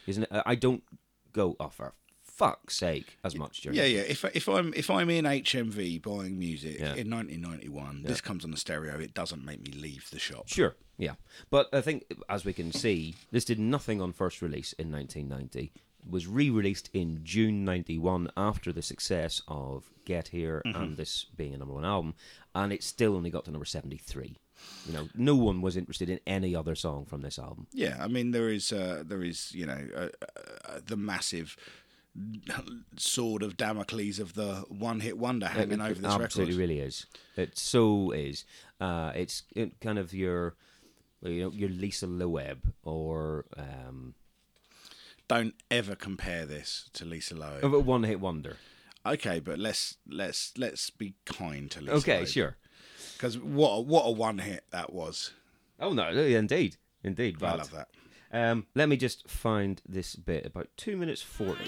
Speaker 2: isn't it? I- I don't go oh for fuck's sake as much during.
Speaker 3: Yeah, yeah. If if I'm if I'm in HMV buying music
Speaker 2: Yeah.
Speaker 3: in 1991, this comes on the stereo. It doesn't make me leave the shop.
Speaker 2: Sure, yeah, but I think as we can see, this did nothing on first release in 1990. It was re-released in June '91 after the success of Get Here and this being a number one album, and it still only got to number 73. You know, no one was interested in any other song from this album.
Speaker 3: Yeah, I mean there is uh, there is you know uh, uh, the massive sword of Damocles of the one hit wonder hanging over this
Speaker 2: absolutely
Speaker 3: record.
Speaker 2: really is. It so is. Uh, it's it kind of your, you know, your Lisa Loeb or um,
Speaker 3: Don't ever compare this to Lisa Loeb.
Speaker 2: of a one-hit wonder.
Speaker 3: Okay, but let's let's let's be kind to Lisa.
Speaker 2: Okay, sure.
Speaker 3: Because what a, what a one hit that was.
Speaker 2: Oh no, indeed, indeed. But,
Speaker 3: I love that.
Speaker 2: Um, let me just find this bit about two minutes forty.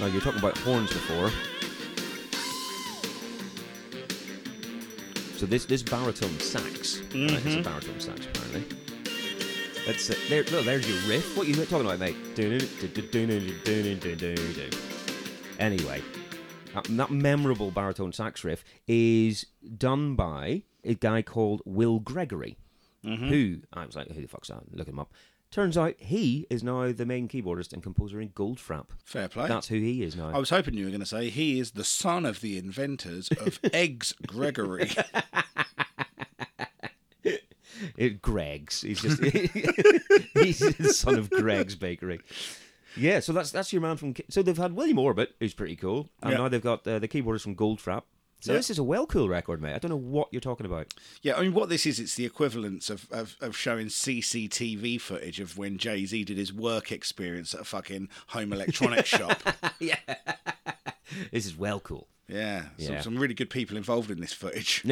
Speaker 2: Now you're talking about horns before. So this this baritone sax, right, it's a baritone sax apparently. That's it. There, look, there's your riff. What are you talking about, mate? Anyway, that, that memorable baritone sax riff is done by a guy called Will Gregory, who I was like, who the fuck's that? Look him up. Turns out he is now the main keyboardist and composer in Goldfrapp.
Speaker 3: Fair play.
Speaker 2: That's who he is now.
Speaker 3: I was hoping you were going to say he is the son of the inventors of Eggs Gregory.
Speaker 2: It, Greg's. He's just he's the son of Greg's Bakery. Yeah, so that's that's your man from. Ki- So they've had William Orbit, who's pretty cool, and
Speaker 3: Yeah.
Speaker 2: now they've got uh, the keyboardist from Goldfrapp. So
Speaker 3: Yeah.
Speaker 2: this is a well cool record, mate. I don't know what you're talking about.
Speaker 3: yeah, I mean, what this is, it's the equivalence of, of, of showing CCTV footage of when Jay Z did his work experience at a fucking home electronics shop.
Speaker 2: This is well cool.
Speaker 3: Yeah, some,
Speaker 2: Yeah.
Speaker 3: some really good people involved in this footage.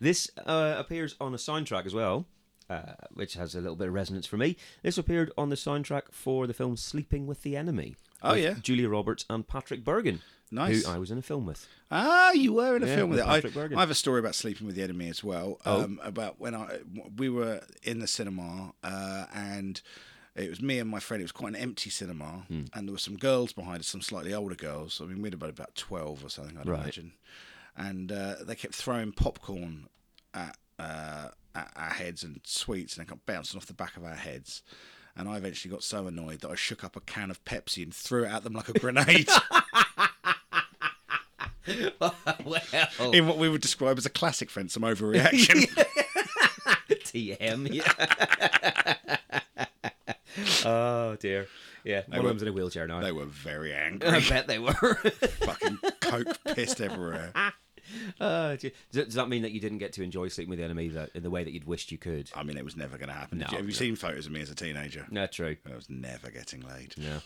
Speaker 2: This uh, appears on a soundtrack as well, uh, which has a little bit of resonance for me. This appeared on the soundtrack for the film Sleeping with the Enemy.
Speaker 3: Oh,
Speaker 2: with
Speaker 3: yeah.
Speaker 2: Julia Roberts and Patrick Bergen,
Speaker 3: Nice.
Speaker 2: who I was in a film with.
Speaker 3: Ah, you were in a
Speaker 2: Yeah,
Speaker 3: film with
Speaker 2: with
Speaker 3: it. I,
Speaker 2: Patrick Bergen. Oh.
Speaker 3: I have a story about sleeping with the enemy as well. Um, about when I we were in the cinema uh, and it was me and my friend. It was quite an empty cinema,
Speaker 2: Hmm.
Speaker 3: and there were some girls behind us, some slightly older girls. I mean, we'd about about twelve or something, I'd
Speaker 2: Right.
Speaker 3: imagine. And uh, they kept throwing popcorn at, uh, at our heads and sweets, and they kept bouncing off the back of our heads. And I eventually got so annoyed that I shook up a can of Pepsi and threw it at them like a grenade
Speaker 2: well,
Speaker 3: in what we would describe as a classic Fensom overreaction.
Speaker 2: TM. Yeah. oh dear. Yeah. One of them's in a wheelchair now.
Speaker 3: They were very
Speaker 2: I
Speaker 3: angry.
Speaker 2: bet they were.
Speaker 3: Fucking coke pissed everywhere.
Speaker 2: oh, dear. does, does that mean that you didn't get to enjoy sleeping with the enemy that, in the way that you'd wished you could?
Speaker 3: I mean, it was never going to happen.
Speaker 2: No,
Speaker 3: Have you
Speaker 2: no.
Speaker 3: seen photos of me as a teenager?
Speaker 2: No, true.
Speaker 3: I was never getting laid.
Speaker 2: Yeah.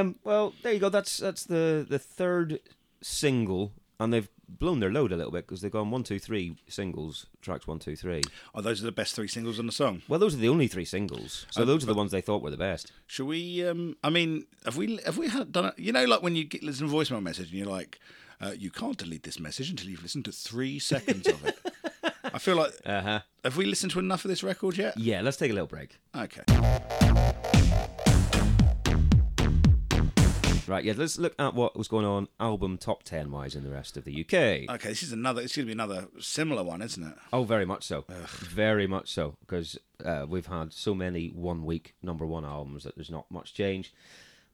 Speaker 2: Um, well, there you go. That's that's the the third single, and they've blown their load a little bit because they've gone one, two, three singles, tracks one, two, three.
Speaker 3: Oh, those are the best three singles on the song.
Speaker 2: Well, those are the only three singles, so those are the ones they thought were the best.
Speaker 3: Shall we? Um, I mean, have we? Have we had done? it? You know, like when you get listen to a voicemail message and you're like, uh, you can't delete this message until you've listened to three seconds of it. I feel like
Speaker 2: Uh-huh.
Speaker 3: have we listened to enough of this record yet?
Speaker 2: Yeah. Let's take a little break.
Speaker 3: Okay.
Speaker 2: Right, yeah, let's look at what was going on album top 10 wise in the rest of the UK.
Speaker 3: Okay. This is another. It's going to be another similar one, isn't it?
Speaker 2: oh, very much so. Very much so, because uh, we've had so many one week number one albums that there's not much change.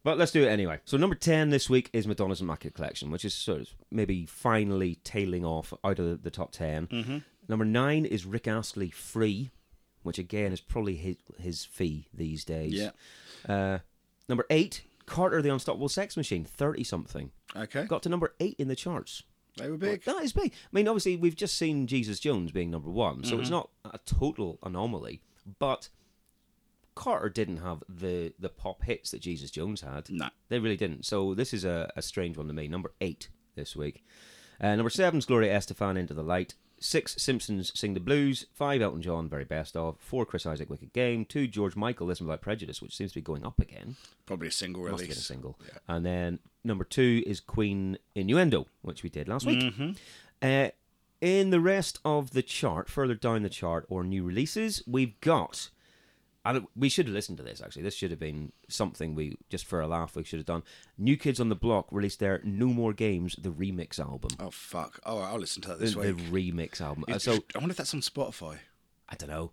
Speaker 2: But let's do it anyway. So number ten this week is Madonna's Immaculate Collection, which is sort of maybe finally tailing off out of the, the top 10 Number nine is Rick Astley Free, which again is probably his, his fee these days.
Speaker 3: Yeah.
Speaker 2: Uh, number eight, Carter the Unstoppable Sex Machine, thirty something,
Speaker 3: Okay.
Speaker 2: got to number eight in the charts.
Speaker 3: They were big.
Speaker 2: That is big. I mean, obviously we've just seen Jesus Jones being number one, so
Speaker 3: Mm-hmm.
Speaker 2: it's not a total anomaly. But Carter didn't have the the pop hits that Jesus Jones had.
Speaker 3: No.
Speaker 2: They really didn't. So this is a, a strange one to me. Number eight this week. Uh, number seven's Gloria Estefan, Into the Light. Six, Simpsons Sing the Blues. Five, Elton John, Very Best Of. Four, Chris Isaac, Wicked Game. Two, George Michael, Listen Without Prejudice, which seems to be going up again.
Speaker 3: Probably a single
Speaker 2: Must have been a
Speaker 3: release.
Speaker 2: single. And then number two is Queen Innuendo, which we did last week.
Speaker 3: Mm-hmm.
Speaker 2: Uh, in the rest of the chart, further down the chart, or new releases, we've got. And we should have listened to this actually. This should have been something we just for a laugh we should have done. New Kids on the Block released their No More Games the remix album.
Speaker 3: Oh fuck! Oh, I'll listen to that
Speaker 2: The,
Speaker 3: this
Speaker 2: the
Speaker 3: week.
Speaker 2: remix album. Uh,
Speaker 3: It's-
Speaker 2: So
Speaker 3: I wonder if that's on Spotify.
Speaker 2: I don't know.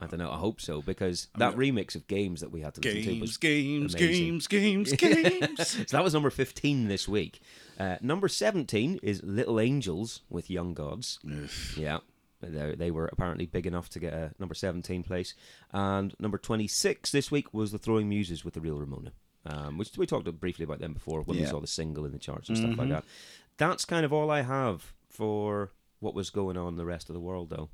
Speaker 2: I don't know. I hope so because that remix of games that we had to listen to was
Speaker 3: Games, games,
Speaker 2: amazing.
Speaker 3: games, games, games.
Speaker 2: So that was number 15 this week. Uh, number 17 is Little Angels with Young Gods. yeah. They they were apparently big enough to get a number 17 place. And number 26 this week was The Throwing Muses with The Real Ramona, um, which we talked briefly about them before when we
Speaker 3: Yeah. Mm-hmm.
Speaker 2: saw the single in the charts and stuff like that. That's kind of all I have for what was going on in the rest of the world, though.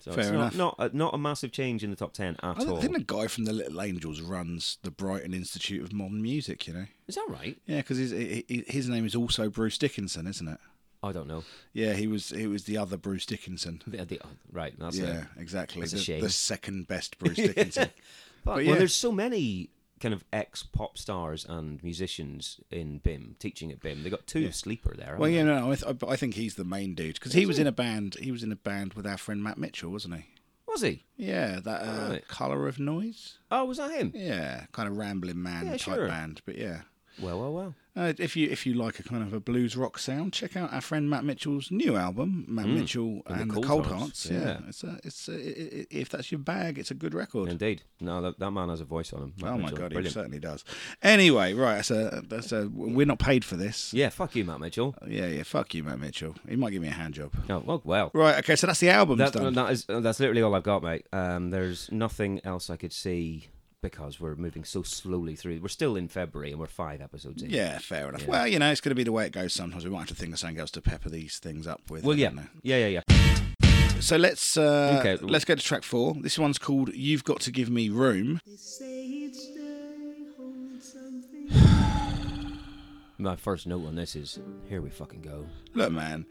Speaker 2: So
Speaker 3: Fair
Speaker 2: it's
Speaker 3: enough.
Speaker 2: Not, not, a, not a massive change in the top 10 at
Speaker 3: I
Speaker 2: all.
Speaker 3: think the guy from the Little Angels runs the Brighton Institute of Modern Music. You know,
Speaker 2: Is that right?
Speaker 3: yeah, because his i- i- his name is also Bruce Dickinson, isn't it?
Speaker 2: I don't know.
Speaker 3: Yeah, he was he was the other Bruce Dickinson.
Speaker 2: The- the- right, that's it.
Speaker 3: Yeah, exactly.
Speaker 2: That's a
Speaker 3: the,
Speaker 2: shame.
Speaker 3: the second best Bruce Dickinson.
Speaker 2: But,
Speaker 3: But yeah.
Speaker 2: well, there's so many kind of ex pop stars and musicians in BIM teaching at BIM. They got two sleeper there.
Speaker 3: well,
Speaker 2: haven't
Speaker 3: yeah, no, I, th- I think he's the main dude because he was in a band. He was in a band with our friend Matt Mitchell, wasn't he?
Speaker 2: they? was he?
Speaker 3: Yeah, that uh,
Speaker 2: Right.
Speaker 3: Color of Noise.
Speaker 2: Oh, was that him?
Speaker 3: Yeah, kind of rambling man
Speaker 2: Yeah,
Speaker 3: type
Speaker 2: sure.
Speaker 3: band, but yeah.
Speaker 2: Well, well, well.
Speaker 3: Uh, if you if you like a kind of a blues rock sound, check out our friend Matt Mitchell's new album, Matt Mitchell
Speaker 2: And Mm. the
Speaker 3: and the
Speaker 2: Cold
Speaker 3: Cold
Speaker 2: Hearts,
Speaker 3: Hearts. Yeah.
Speaker 2: yeah.
Speaker 3: it's a, it's a, i- i- if that's your bag, it's a good record.
Speaker 2: Indeed. No, that, that man has a voice on him. Matt
Speaker 3: oh my
Speaker 2: Mitchell.
Speaker 3: god, he
Speaker 2: Brilliant.
Speaker 3: certainly does. Anyway, right, that's a that's a we're not paid for this.
Speaker 2: Yeah, fuck you, Matt Mitchell.
Speaker 3: Yeah, yeah, fuck you, Matt Mitchell. He might give me a hand job.
Speaker 2: Oh, well, well.
Speaker 3: Right, okay, so that's the album's
Speaker 2: That,
Speaker 3: done.
Speaker 2: that is, that's literally all I've got, mate. Um, there's nothing else I could see because we're moving so slowly through. We're still in February and we're five episodes in.
Speaker 3: Yeah, fair enough. Well, you know, it's going to be the way it goes sometimes. We might have to think of something else to pepper these things up with.
Speaker 2: Well,
Speaker 3: I
Speaker 2: yeah.
Speaker 3: don't know.
Speaker 2: Yeah, yeah, yeah.
Speaker 3: So let's uh,
Speaker 2: Okay.
Speaker 3: let's go to track four. This one's called "You've Got to Give Me Room."
Speaker 4: They say each day holds something.
Speaker 2: My first note on this is here we fucking go.
Speaker 3: Look, man,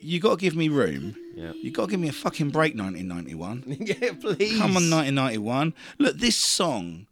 Speaker 3: you got to give me room.
Speaker 2: Yeah.
Speaker 3: You got to give me a fucking break. 1991.
Speaker 2: yeah, please.
Speaker 3: Come on, 1991. Look, this song.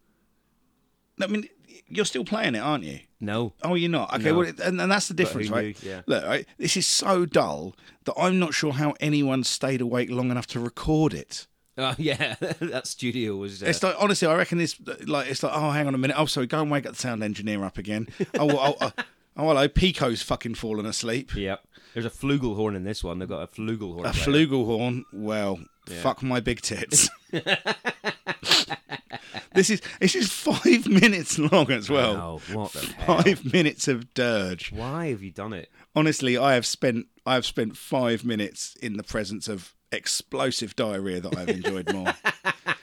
Speaker 3: I mean, you're still playing it, aren't you?
Speaker 2: No.
Speaker 3: Oh, you're not. Okay,
Speaker 2: No.
Speaker 3: well, it- and, and that's the difference,
Speaker 2: who
Speaker 3: right?
Speaker 2: knew? Yeah.
Speaker 3: Look, right, this is so dull that I'm not sure how anyone stayed awake long enough to record it.
Speaker 2: Uh, yeah, that studio was. Uh,
Speaker 3: It's like honestly, I reckon this like it's like oh, hang on a minute. Oh, sorry, go and wake up the sound engineer up again. oh, well, oh, oh, oh, hello, Pico's fucking fallen asleep.
Speaker 2: yep. There's a flugelhorn in this one. They've got a flugelhorn.
Speaker 3: A
Speaker 2: player.
Speaker 3: flugelhorn. Well, fuck my big tits. this is this is five minutes long as well.
Speaker 2: Wow, Oh, what the hell?
Speaker 3: Five minutes of dirge.
Speaker 2: Why have you done it?
Speaker 3: Honestly, I have spent I have spent five minutes in the presence of explosive diarrhea that I've enjoyed more.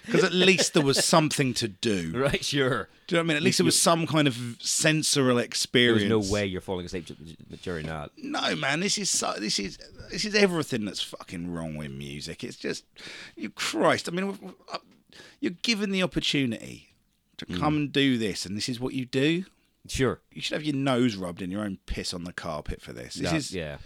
Speaker 3: Because at least there was something to do.
Speaker 2: Right, sure.
Speaker 3: Do you know what I mean? At least there was some kind of sensorial experience.
Speaker 2: There's no way you're falling asleep dur- during that.
Speaker 3: No, man, this is so, this is this is everything that's fucking wrong with music. It's just, you Christ. I mean, we've- we've- uh, you're given the opportunity to
Speaker 2: Hmm.
Speaker 3: come and do this, and this is what you do.
Speaker 2: Sure.
Speaker 3: You should have your nose rubbed in your own piss on the carpet for this. This
Speaker 2: That-
Speaker 3: is
Speaker 2: Uh, yeah.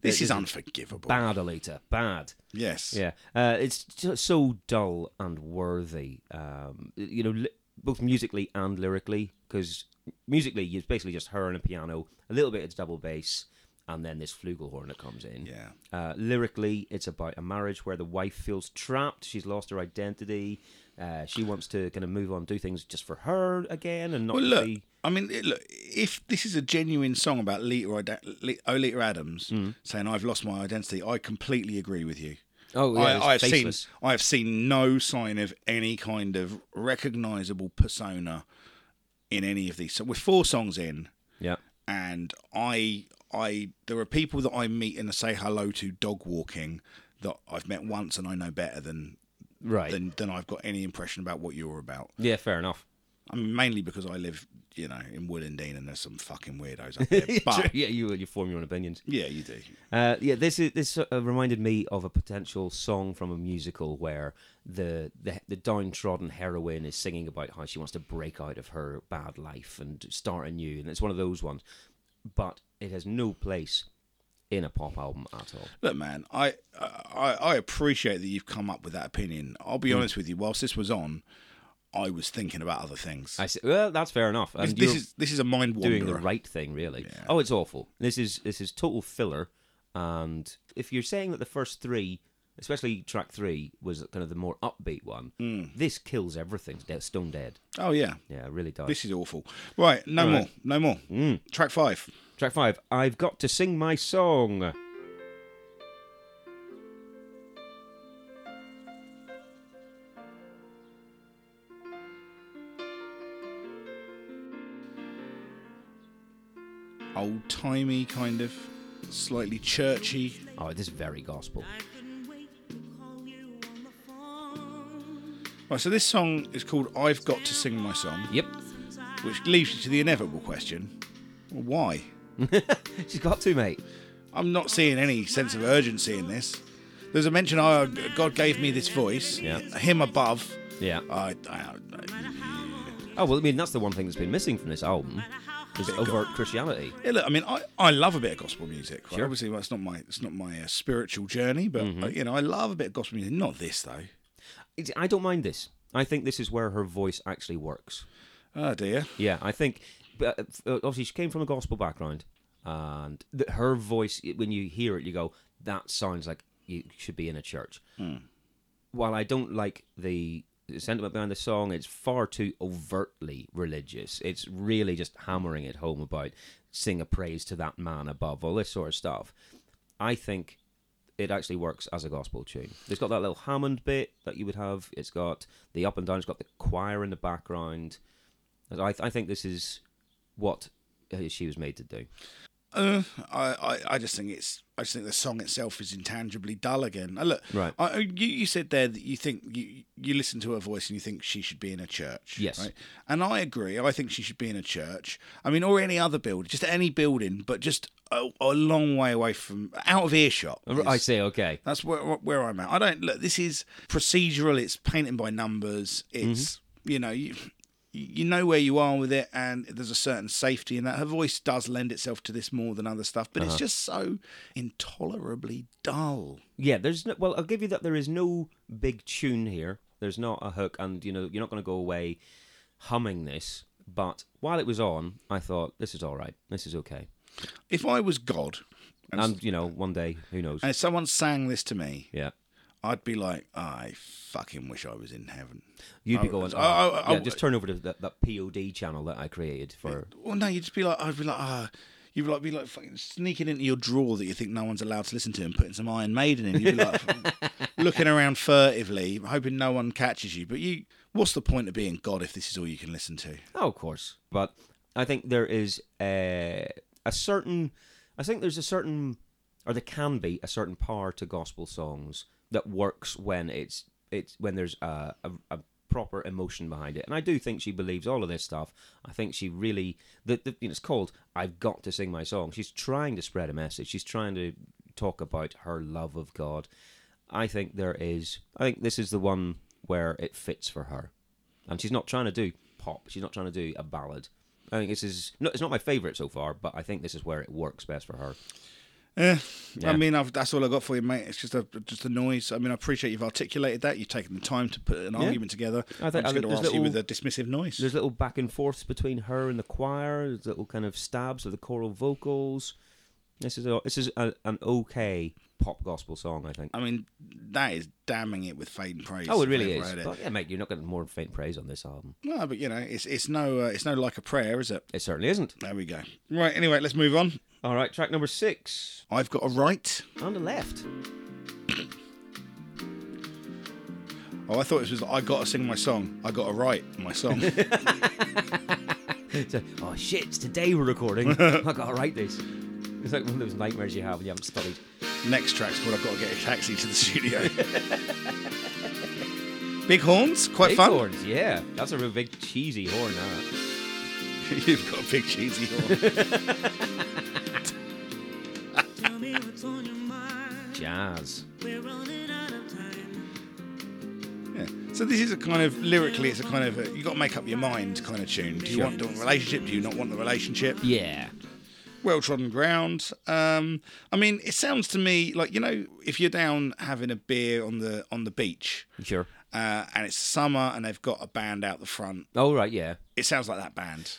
Speaker 3: this
Speaker 2: It is
Speaker 3: is unforgivable.
Speaker 2: Bad, Alita. Bad.
Speaker 3: Yes.
Speaker 2: Yeah. Uh, it's ju- so dull and worthy. Um, you know, li- both musically and lyrically, because musically, it's basically just her and a piano, a little bit of double bass, and then this flugelhorn that comes in.
Speaker 3: Yeah.
Speaker 2: Uh, lyrically, it's about a marriage where the wife feels trapped. She's lost her identity. Uh, she wants to kind of move on, do things just for her again, and not
Speaker 3: Well,
Speaker 2: to
Speaker 3: look,
Speaker 2: be-
Speaker 3: I mean, it- look, if this is a genuine song about Lita, Ad- Le- Olita Adams
Speaker 2: Hmm.
Speaker 3: saying, I've lost my identity, I completely agree with you.
Speaker 2: Oh, yeah, it's
Speaker 3: I, I've seen,
Speaker 2: faceless.
Speaker 3: I have seen no sign of any kind of recognizable persona in any of these. So we're four songs in,
Speaker 2: Yeah.
Speaker 3: and I I there are people that I meet and say hello to dog walking that I've met once and I know better than
Speaker 2: Right.
Speaker 3: than than I've got any impression about what you're about.
Speaker 2: Yeah, fair enough.
Speaker 3: I mean, mainly because I live, you know, in Wollondine and there's some fucking weirdos up there. But
Speaker 2: yeah, you you form your own opinions.
Speaker 3: yeah, you do.
Speaker 2: Uh, yeah, this is this uh, reminded me of a potential song from a musical where the, the the downtrodden heroine is singing about how she wants to break out of her bad life and start anew, and it's one of those ones, but it has no place in a pop album at all.
Speaker 3: Look, man, I, I I appreciate that you've come up with that opinion. I'll
Speaker 2: Mm.
Speaker 3: be honest with you. Whilst this was on, I was thinking about other things.
Speaker 2: I say, well, that's fair enough. And
Speaker 3: this, this
Speaker 2: you're-
Speaker 3: is this is a mind wanderer.
Speaker 2: doing the right thing, really. Oh, it's awful. This is this is total filler. And if you're saying that the first three, especially track three, was kind of the more upbeat one,
Speaker 3: Hmm.
Speaker 2: this kills everything. Dead- Stone dead.
Speaker 3: Oh yeah,
Speaker 2: Yeah, it really does.
Speaker 3: this is awful. Right, no more, no more.
Speaker 2: Mm.
Speaker 3: Track five.
Speaker 2: Track five. I've got to sing my song.
Speaker 3: Old timey kind of, slightly churchy.
Speaker 2: Oh, it is very gospel.
Speaker 4: I couldn't wait to call you on the phone.
Speaker 3: Right, so this song is called "I've Got to Sing My Song,"
Speaker 2: Yep,
Speaker 3: which leads you to the inevitable question: Why?
Speaker 2: she's got to, mate.
Speaker 3: I'm not seeing any sense of urgency in this. There's a mention, oh, God gave me this voice.
Speaker 2: Yeah.
Speaker 3: Him above.
Speaker 2: Yeah.
Speaker 3: I, I, I,
Speaker 2: Oh well, I mean that's the one thing that's been missing from this album is overt Christianity.
Speaker 3: yeah, look, I mean, I, I love a bit of gospel music. Right?
Speaker 2: Sure. Mm-hmm.
Speaker 3: Obviously, well, it's not my it's not my uh, spiritual journey, but uh, you know, I love a bit of gospel music. Not this though.
Speaker 2: It's, I don't mind this. I think this is where her voice actually works.
Speaker 3: Oh dear.
Speaker 2: Yeah, I think. But uh, f- uh, obviously, she came from a gospel background, and th- her voice, i- when you hear it, you go, "That sounds like you should be in a church." While I don't like the sentiment behind the song, it's far too overtly religious. It's really just hammering it home about sing a praise to that man above, all this sort of stuff. I think it actually works as a gospel tune. It's got that little Hammond bit that you would have. It's got the up and down. It's got the choir in the background. I, th- I think this is what uh, she was made to do.
Speaker 3: Uh, I, I, I just think it's I just think the song itself is intangibly dull again. Uh, look,
Speaker 2: Right.
Speaker 3: I, I- you, you said there that you think you you listen to her voice and you think she should be in a church.
Speaker 2: Yes.
Speaker 3: right? and I agree. I think she should be in a church. I mean, or any other building, just any building, but just a, a long way away from out of earshot.
Speaker 2: I
Speaker 3: is-
Speaker 2: say, okay.
Speaker 3: That's where where I'm at. I don't look. This is procedural. It's painting by numbers. It's you know you you know where you are with it, and there's a certain safety in that. Her voice does lend itself to this more than other stuff, but it's just so intolerably dull.
Speaker 2: Yeah, there's no, well, I'll give you that. There is no big tune here. There's not a hook, and you know you're not going to go away humming this. But while it was on, I thought this is all right. This is okay.
Speaker 3: If I was God, and,
Speaker 2: And you know, one day, who knows?
Speaker 3: and if someone sang this to me,
Speaker 2: Yeah,
Speaker 3: I'd be like, I fucking wish I was in heaven.
Speaker 2: you'd be
Speaker 3: I-
Speaker 2: going.
Speaker 3: I-
Speaker 2: Oh,
Speaker 3: I- I-
Speaker 2: yeah, just turn over to that, that POD channel that I created for.
Speaker 3: Well, no, you'd just be like, I'd be like, ah. You'd like be like fucking sneaking into your drawer that you think no one's allowed to listen to and putting some Iron Maiden in. You'd be like looking around furtively, hoping no one catches you. But you, what's the point of being God if this is all you can listen to?
Speaker 2: Oh, of course. But I think there is a, a certain, I think there's a certain, or there can be a certain power to gospel songs that works when it's it's when there's a, a, a proper emotion behind it. And I do think she believes all of this stuff. I think she really that you know, it's called I've got to sing my song. She's trying to spread a message. She's trying to talk about her love of God. I think there is. I think this is the one where it fits for her and she's not trying to do pop. She's not trying to do a ballad. I think this is no, it's not my favorite so far, but I think this is where it works best for her.
Speaker 3: Eh, I
Speaker 2: Yeah.
Speaker 3: mean, I've, that's all I got for you, mate. It's just a just a noise. I mean, I appreciate you've articulated that. You've taken the time to put an argument together.
Speaker 2: I think-
Speaker 3: I'm
Speaker 2: I think
Speaker 3: just going to
Speaker 2: there's
Speaker 3: ask you with a
Speaker 2: little-
Speaker 3: dismissive noise.
Speaker 2: There's little back and forths between her and the choir. There's little kind of stabs of the choral vocals. This is a, this is a, an okay pop gospel song, I think.
Speaker 3: I mean, that is damning it with faint praise.
Speaker 2: Oh, it
Speaker 3: if
Speaker 2: really
Speaker 3: I've
Speaker 2: is.
Speaker 3: read it.
Speaker 2: But yeah, mate, you're not getting more faint praise on this album.
Speaker 3: No, but you know, it's it's no uh, it's no like a prayer, is it?
Speaker 2: It certainly isn't.
Speaker 3: There we go. Right. Anyway, let's move on.
Speaker 2: All right, track number six
Speaker 3: I've got a right.
Speaker 2: on the left.
Speaker 3: Oh, I thought this was I gotta sing my song. I gotta write my song.
Speaker 2: It's like, oh shit, it's today we're recording. I gotta write this. It's like one of those nightmares you have when you haven't studied.
Speaker 3: Next track's called I've Got to Get a Taxi to the Studio. Big horns, quite
Speaker 2: Big
Speaker 3: fun.
Speaker 2: horns, yeah. That's a real big cheesy horn, huh?
Speaker 3: You've got a big cheesy horn.
Speaker 4: Tell me what's on your mind.
Speaker 2: Jazz.
Speaker 4: We're running out of time.
Speaker 3: yeah. So this is a kind of lyrically, it's a kind of a, you got to make up your mind kind of tune. Do you
Speaker 2: Sure.
Speaker 3: want the relationship? Do you not want the relationship?
Speaker 2: Yeah.
Speaker 3: well trodden ground. Um, I mean, it sounds to me like you know, if you're down having a beer on the on the beach,
Speaker 2: Sure.
Speaker 3: uh, and it's summer, and they've got a band out the front.
Speaker 2: Oh right, yeah.
Speaker 3: It sounds like that band.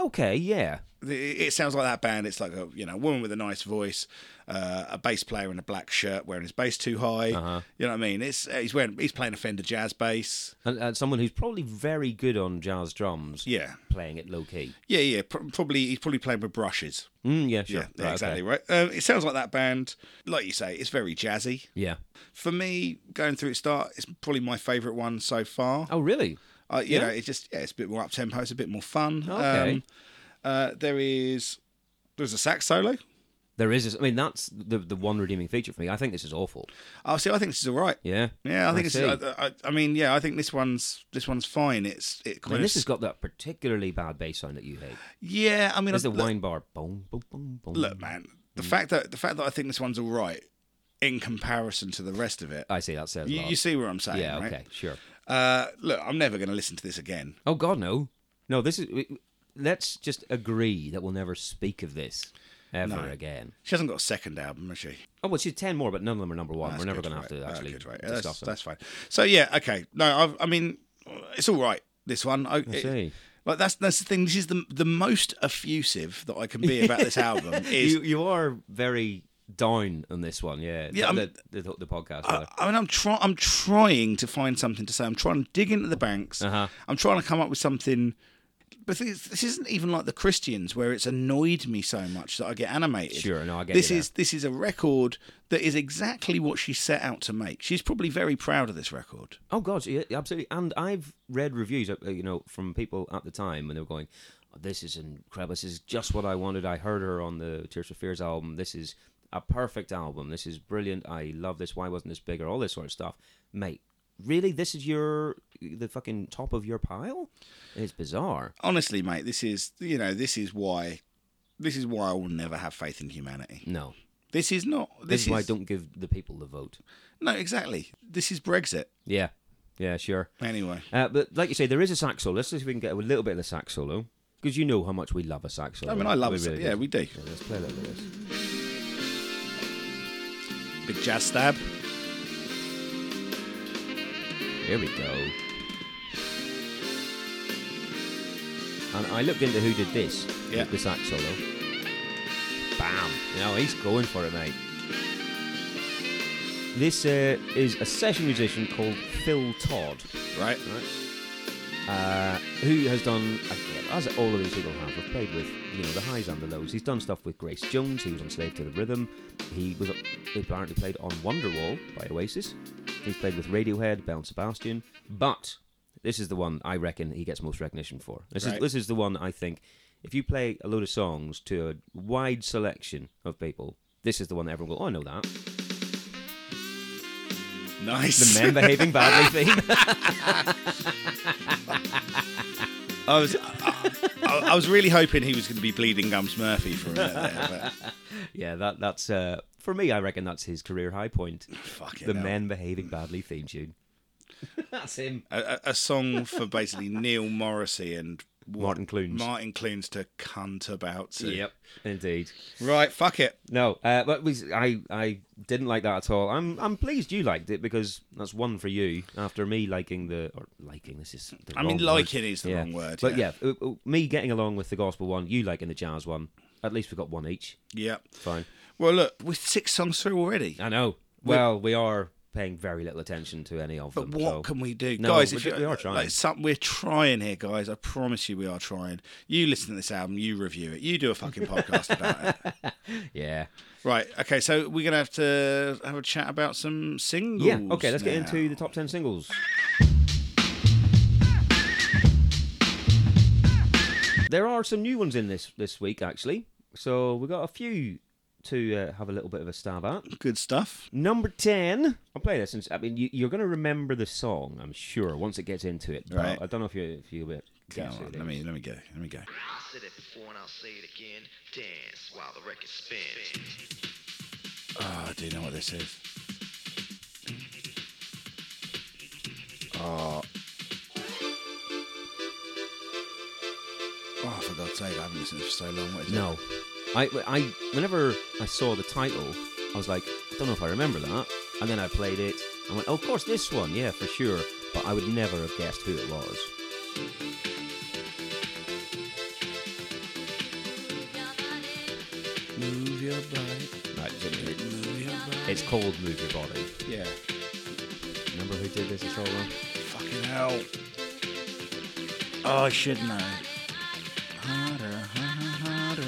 Speaker 2: Okay, yeah.
Speaker 3: It- It sounds like that band. It's like a you know, a woman with a nice voice, uh, a bass player in a black shirt wearing his bass too high.
Speaker 2: Uh-huh.
Speaker 3: You know what I mean? It's uh, he's wearing he's playing a Fender jazz bass.
Speaker 2: And, and someone who's probably very good on jazz drums,
Speaker 3: Yeah,
Speaker 2: playing it low key.
Speaker 3: yeah, yeah. Pro- probably he's probably playing with brushes.
Speaker 2: Mm, yeah, sure.
Speaker 3: Yeah,
Speaker 2: Right, okay.
Speaker 3: exactly right. Um, it sounds like that band. Like you say, it's very jazzy.
Speaker 2: Yeah.
Speaker 3: for me, going through its start, it's probably my favourite one so far.
Speaker 2: Oh really?
Speaker 3: Uh, you
Speaker 2: yeah?
Speaker 3: know, it's just yeah, it's a bit more up tempo, it's a bit more fun.
Speaker 2: Okay.
Speaker 3: uh, there is there's a sax solo.
Speaker 2: There is. This, I mean, that's the the one redeeming feature for me. I think this is awful.
Speaker 3: Oh, see, I think this is all right.
Speaker 2: Yeah.
Speaker 3: Yeah, I think it's. uh,
Speaker 2: see.
Speaker 3: I, I, I mean, yeah, I think this one's this one's fine. It's it kind
Speaker 2: And
Speaker 3: of
Speaker 2: this has got that particularly bad bass sound that you hate.
Speaker 3: yeah. I mean,
Speaker 2: There's the
Speaker 3: look,
Speaker 2: wine Mm. bar. Boom, boom, boom, boom.
Speaker 3: look, man, the fact that the fact that I think this one's all right in comparison to the rest of it.
Speaker 2: I see that says a
Speaker 3: You,
Speaker 2: lot.
Speaker 3: you see what I'm saying?
Speaker 2: yeah.
Speaker 3: right?
Speaker 2: Okay. Sure.
Speaker 3: Uh, look, I'm never going to listen to this again.
Speaker 2: Oh God, no. No. This is. we- Let's just agree that we'll never speak of this ever again.
Speaker 3: She hasn't got a second album, has she?
Speaker 2: Oh well, she's ten more, but none of them are number one. We're
Speaker 3: That's
Speaker 2: never
Speaker 3: good,
Speaker 2: going
Speaker 3: right.
Speaker 2: to have to
Speaker 3: That's
Speaker 2: actually
Speaker 3: good, right. Yeah,
Speaker 2: discuss
Speaker 3: that's,
Speaker 2: them.
Speaker 3: that's fine. So yeah, okay. No, I've, I mean, it's all right. This one, I, it-
Speaker 2: see.
Speaker 3: like that's that's the thing. This is the the most effusive that I can be about this album. Is
Speaker 2: You you are very down on this one. Yeah. The,
Speaker 3: Yeah, I'm-
Speaker 2: the, the, the podcast.
Speaker 3: I,
Speaker 2: rather.
Speaker 3: I mean, I'm trying. I'm trying to find something to say. I'm trying to dig into the banks.
Speaker 2: Uh-huh.
Speaker 3: I'm trying to come up with something. But this, this isn't even like the Christians, where it's annoyed me so much that I get animated.
Speaker 2: Sure, no, I get
Speaker 3: this
Speaker 2: you there.
Speaker 3: is this is a record that is exactly what she set out to make. She's probably very proud of this record.
Speaker 2: Oh God, yeah, absolutely. And I've read reviews, uh, you know, from people at the time when they were going, "Oh, "This is incredible. This is just what I wanted." I heard her on the Tears for Fears album. This is a perfect album. This is brilliant. I love this. Why wasn't this bigger? All this sort of stuff, mate. Really, this is your the fucking top of your pile. It's bizarre.
Speaker 3: honestly, mate, this is you know this is why this is why I will never have faith in humanity.
Speaker 2: No,
Speaker 3: This is not.
Speaker 2: this,
Speaker 3: This,
Speaker 2: is why I don't give the people the vote.
Speaker 3: No, exactly. This is Brexit.
Speaker 2: Yeah, yeah, sure.
Speaker 3: Anyway,
Speaker 2: Uh, but like you say, there is a sax solo. Let's see if we can get a little bit of the sax solo because you know how much we love a sax solo.
Speaker 3: I mean, I love
Speaker 2: We
Speaker 3: it.
Speaker 2: really
Speaker 3: yeah,
Speaker 2: do.
Speaker 3: we do.
Speaker 2: Let's play a little bit of this.
Speaker 3: Big jazz stab.
Speaker 2: Here we go. And I looked into who did this.
Speaker 3: Yeah.
Speaker 2: The sax solo. Bam. You know, he's going for it, mate. This uh, is a session musician called Phil Todd,
Speaker 3: Right.
Speaker 2: uh, who has done, again, as all of these people have, have played with, you know, the highs and the lows. He's done stuff with Grace Jones, he was on Slave to the Rhythm. He was apparently played on Wonderwall by Oasis. He's played with Radiohead, Bell and Sebastian, but this is the one I reckon he gets most recognition for. This
Speaker 3: Right.
Speaker 2: is this is the one I think if you play a load of songs to a wide selection of people, this is the one that everyone will go, "Oh, I know that."
Speaker 3: Nice.
Speaker 2: The men behaving badly theme.
Speaker 3: I was. I, I- I was really hoping he was going to be bleeding gums Murphy for a minute there,
Speaker 2: yeah, that that's uh, for me. I reckon that's his career high point.
Speaker 3: but fucking
Speaker 2: The
Speaker 3: hell.
Speaker 2: men behaving badly theme tune. that's him.
Speaker 3: A, a- a song for basically Neil Morrissey and what-
Speaker 2: Martin Clunes.
Speaker 3: Martin Clunes to cunt about. To.
Speaker 2: Yep, indeed.
Speaker 3: Right. Fuck it.
Speaker 2: No, uh, but we, I I didn't like that at all. I'm I'm pleased you liked it because that's one for you after me liking the or liking. This is the
Speaker 3: I
Speaker 2: wrong
Speaker 3: mean,
Speaker 2: word.
Speaker 3: liking is the wrong word.
Speaker 2: But yeah, uh, uh, me getting along with the gospel one, you liking the jazz one. At least we got one each.
Speaker 3: Yep.
Speaker 2: Fine.
Speaker 3: Well, look, we're six songs through already.
Speaker 2: I know. Well, we are paying very little attention to any of
Speaker 3: But
Speaker 2: them.
Speaker 3: what
Speaker 2: so-
Speaker 3: can we do,
Speaker 2: No,
Speaker 3: guys?
Speaker 2: we
Speaker 3: If
Speaker 2: do-
Speaker 3: you,
Speaker 2: we are trying.
Speaker 3: like, some, we're trying here, guys. I promise you, we are trying. You listen to this album, you review it, you do a fucking podcast about it.
Speaker 2: Yeah.
Speaker 3: Right. Okay. So we're gonna have to have a chat about some singles.
Speaker 2: Yeah. Okay. Let's get
Speaker 3: now.
Speaker 2: into the top ten singles. There are some new ones in this this week actually, so we got a few to uh, have a little bit of a stab at.
Speaker 3: Good stuff.
Speaker 2: Number ten. I'll play this. Since I mean, you, you're going to remember the song, I'm sure, once it gets into it. but
Speaker 3: Right.
Speaker 2: I don't know if you if you'll be.
Speaker 3: Go on, let me let me go. Let me go.
Speaker 5: I said it before and I'll say it again. Dance while the record spins.
Speaker 3: Oh, I do know what this is. Oh. Oh, for God's sake, I haven't listened to it for so long. What is it?
Speaker 2: No, I I whenever I saw the title, I was like, I don't know if I remember that. And then I played it. and went, oh, of course, this one, yeah, for sure. But I would never have guessed who it was.
Speaker 3: Move your body.
Speaker 2: Right, it's in here.
Speaker 3: Move your body.
Speaker 2: It's called Move Your Body.
Speaker 3: Yeah.
Speaker 2: Remember who did this solo?
Speaker 3: Fucking hell. Oh, shouldn't I? Harder, harder.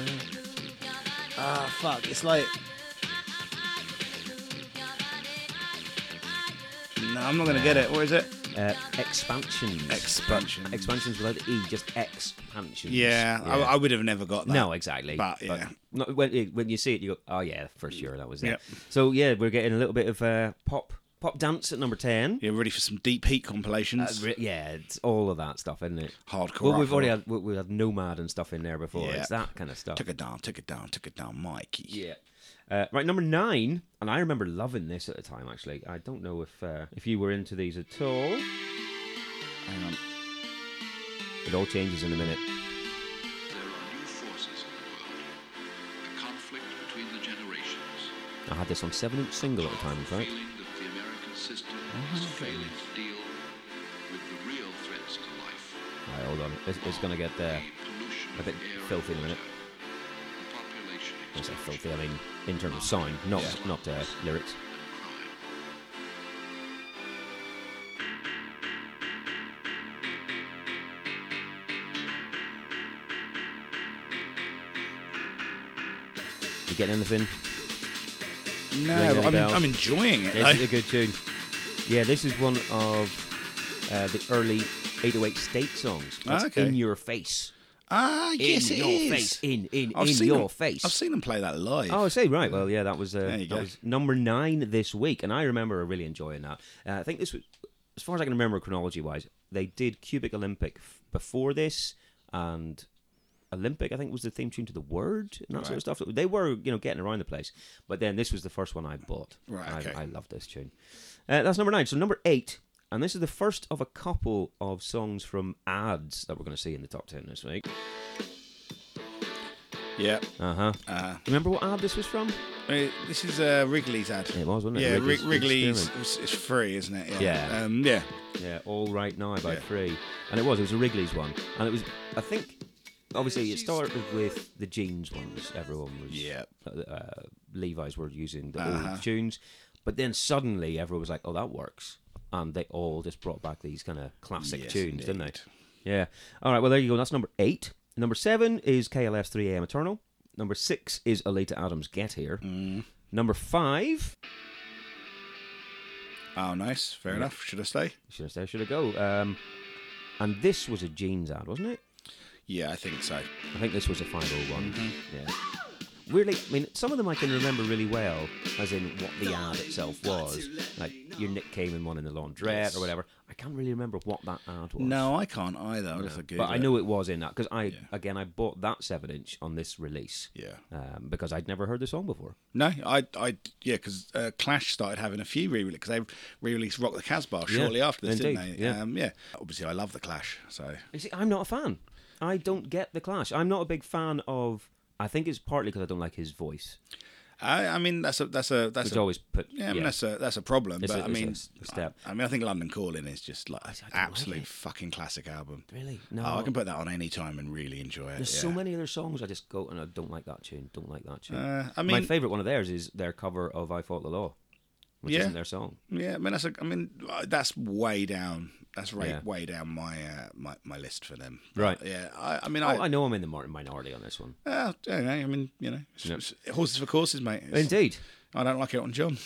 Speaker 3: Ah, fuck. It's like. No, I'm not gonna get it. What is it?
Speaker 2: Uh, expansions.
Speaker 3: Expansion.
Speaker 2: expansions without the E, just expansions.
Speaker 3: Yeah, I, I would have never got that.
Speaker 2: no, exactly.
Speaker 3: But, yeah.
Speaker 2: no, when it- when you see it, you go, "Oh yeah, for sure, that was it."
Speaker 3: Yep.
Speaker 2: So yeah, we're getting a little bit of uh, pop pop dance at number ten.
Speaker 3: You're ready for some deep heat
Speaker 2: Uh,
Speaker 3: compilations.
Speaker 2: re- yeah, it's all of that stuff, isn't it?
Speaker 3: Hardcore
Speaker 2: Well, we've already
Speaker 3: rock
Speaker 2: had we, we had Nomad and stuff in there before.
Speaker 3: Yeah.
Speaker 2: It's that kind of stuff.
Speaker 3: Took it down, took it down, took it down, Mikey.
Speaker 2: Yeah. Uh, right, number nine, and I remember loving this at the time. Actually, I don't know if uh, if you were into these at all.
Speaker 3: Hang on.
Speaker 2: It all changes in a minute.
Speaker 6: There are new forces in the world. A conflict between the generations.
Speaker 2: I had this on seven inch single at the time, in fact.
Speaker 6: Feeling that the American system is failing to deal with the real threats to life.
Speaker 2: Right, hold on, it's, it's gonna get there.
Speaker 6: The pollution
Speaker 2: a bit
Speaker 6: of air and
Speaker 2: filthy in a minute.
Speaker 6: water. The population
Speaker 2: I say
Speaker 6: explosion
Speaker 2: filthy. I mean, in terms of sound, not not uh, lyrics.
Speaker 6: and crime.
Speaker 2: You getting anything? Ring
Speaker 3: No,
Speaker 2: any
Speaker 3: I'm,
Speaker 2: bells?
Speaker 3: I'm enjoying it.
Speaker 2: This is
Speaker 3: though.
Speaker 2: a good tune. Yeah, this is one of uh, the early 808 State songs.
Speaker 3: Ah,
Speaker 2: It's
Speaker 3: okay.
Speaker 2: in your face.
Speaker 3: Ah, yes,
Speaker 2: in
Speaker 3: it
Speaker 2: your
Speaker 3: is.
Speaker 2: face. In in
Speaker 3: I've
Speaker 2: in
Speaker 3: seen
Speaker 2: your
Speaker 3: them-
Speaker 2: face.
Speaker 3: I've seen them play that live.
Speaker 2: Oh, I see. Right. Well, yeah, that was uh,
Speaker 3: There you
Speaker 2: that
Speaker 3: go.
Speaker 2: was number nine this week, and I remember really enjoying that. Uh, I think this was, as far as I can remember, chronology wise, they did Cubic Olympic f- before this, and Olympic I think was the theme tune to the Word and that sort of stuff. They were you know getting around the place, but then this was the first one I bought.
Speaker 3: Right,
Speaker 2: I,
Speaker 3: okay.
Speaker 2: I love this tune. Uh, that's number nine. So number eight. And this is the first of a couple of songs from ads that we're going to see in the top 10 this week.
Speaker 3: yeah.
Speaker 2: Uh huh.
Speaker 3: Uh,
Speaker 2: Remember what ad this was from?
Speaker 3: Uh, this is uh, Wrigley's ad.
Speaker 2: It was, wasn't it?
Speaker 3: Yeah, Wrigley's,
Speaker 2: Wrigley's
Speaker 3: Wrigley's
Speaker 2: Experiment.
Speaker 3: it's, it's free, isn't it?
Speaker 2: Yeah.
Speaker 3: Um, yeah.
Speaker 2: Yeah, All Right Now by
Speaker 3: Yeah.
Speaker 2: Free. And it was, it was a Wrigley's one. And it was, I think, obviously it started with the jeans ones. Everyone was,
Speaker 3: Yeah.
Speaker 2: uh, uh, Levi's were using the
Speaker 3: Uh-huh.
Speaker 2: old tunes. But then suddenly everyone was like, oh, that works. And they all just brought back these kind of classic
Speaker 3: Yes,
Speaker 2: tunes, didn't they?
Speaker 3: indeed.
Speaker 2: Yeah. All right, well, there you go. That's number eight. Number seven is KLF's 3AM Eternal. Number six is Alita Adams' Get Here.
Speaker 3: Mm.
Speaker 2: Number five,
Speaker 3: Oh, nice. Fair enough. Should I stay?
Speaker 2: should I say, should I go? Um, and this was a jeans ad, wasn't it?
Speaker 3: Yeah, I think so.
Speaker 2: I think this was a 501.
Speaker 3: Mm-hmm.
Speaker 2: Yeah. Really, I mean, some of them I can remember really well, as in what the ad itself was. Like your Nick Cayman one in the laundrette or whatever. I can't really remember what that ad was.
Speaker 3: No, I can't either. I'll have to Google
Speaker 2: But I
Speaker 3: it.
Speaker 2: know it was in that because I, again, I bought that seven inch on this release.
Speaker 3: Yeah.
Speaker 2: Um, because I'd never heard the song before.
Speaker 3: No, I, I, yeah, because uh, Clash started having a few re-releases because they re-released Rock the Casbah shortly after this, didn't
Speaker 2: indeed,
Speaker 3: they?
Speaker 2: yeah.
Speaker 3: Um, yeah. Obviously, I love the Clash, so
Speaker 2: You see, I'm not a fan. I don't get the Clash. I'm not a big fan of. I think it's partly because I don't like his voice,
Speaker 3: I, I mean that's a that's a that's
Speaker 2: which
Speaker 3: a,
Speaker 2: always put.
Speaker 3: yeah, I mean, that's a that's a problem.
Speaker 2: It's
Speaker 3: but
Speaker 2: a-
Speaker 3: I
Speaker 2: it's a
Speaker 3: mean,
Speaker 2: s- step.
Speaker 3: I, I mean, I think London Calling is just like
Speaker 2: don't like
Speaker 3: absolute
Speaker 2: it.
Speaker 3: fucking classic album.
Speaker 2: Really? No.
Speaker 3: Oh, I can put that on any time and really enjoy it.
Speaker 2: There's
Speaker 3: yeah.
Speaker 2: so many other songs I just go and I don't like that tune, don't like that tune.
Speaker 3: Uh, I
Speaker 2: My
Speaker 3: mean-
Speaker 2: favourite one of theirs is their cover of "I Fought the Law," which
Speaker 3: Yeah.
Speaker 2: isn't their song.
Speaker 3: Yeah, I mean that's a, I mean uh, that's way down. That's right,
Speaker 2: Yeah.
Speaker 3: way down my uh, my my list for them.
Speaker 2: Right.
Speaker 3: Yeah. I, I mean
Speaker 2: Oh,
Speaker 3: I.
Speaker 2: I know I'm in the mar- minority on this one.
Speaker 3: uh, I don't know. I mean, you know, it's- it's horses for courses, mate. It's-
Speaker 2: Indeed.
Speaker 3: I don't like Elton John.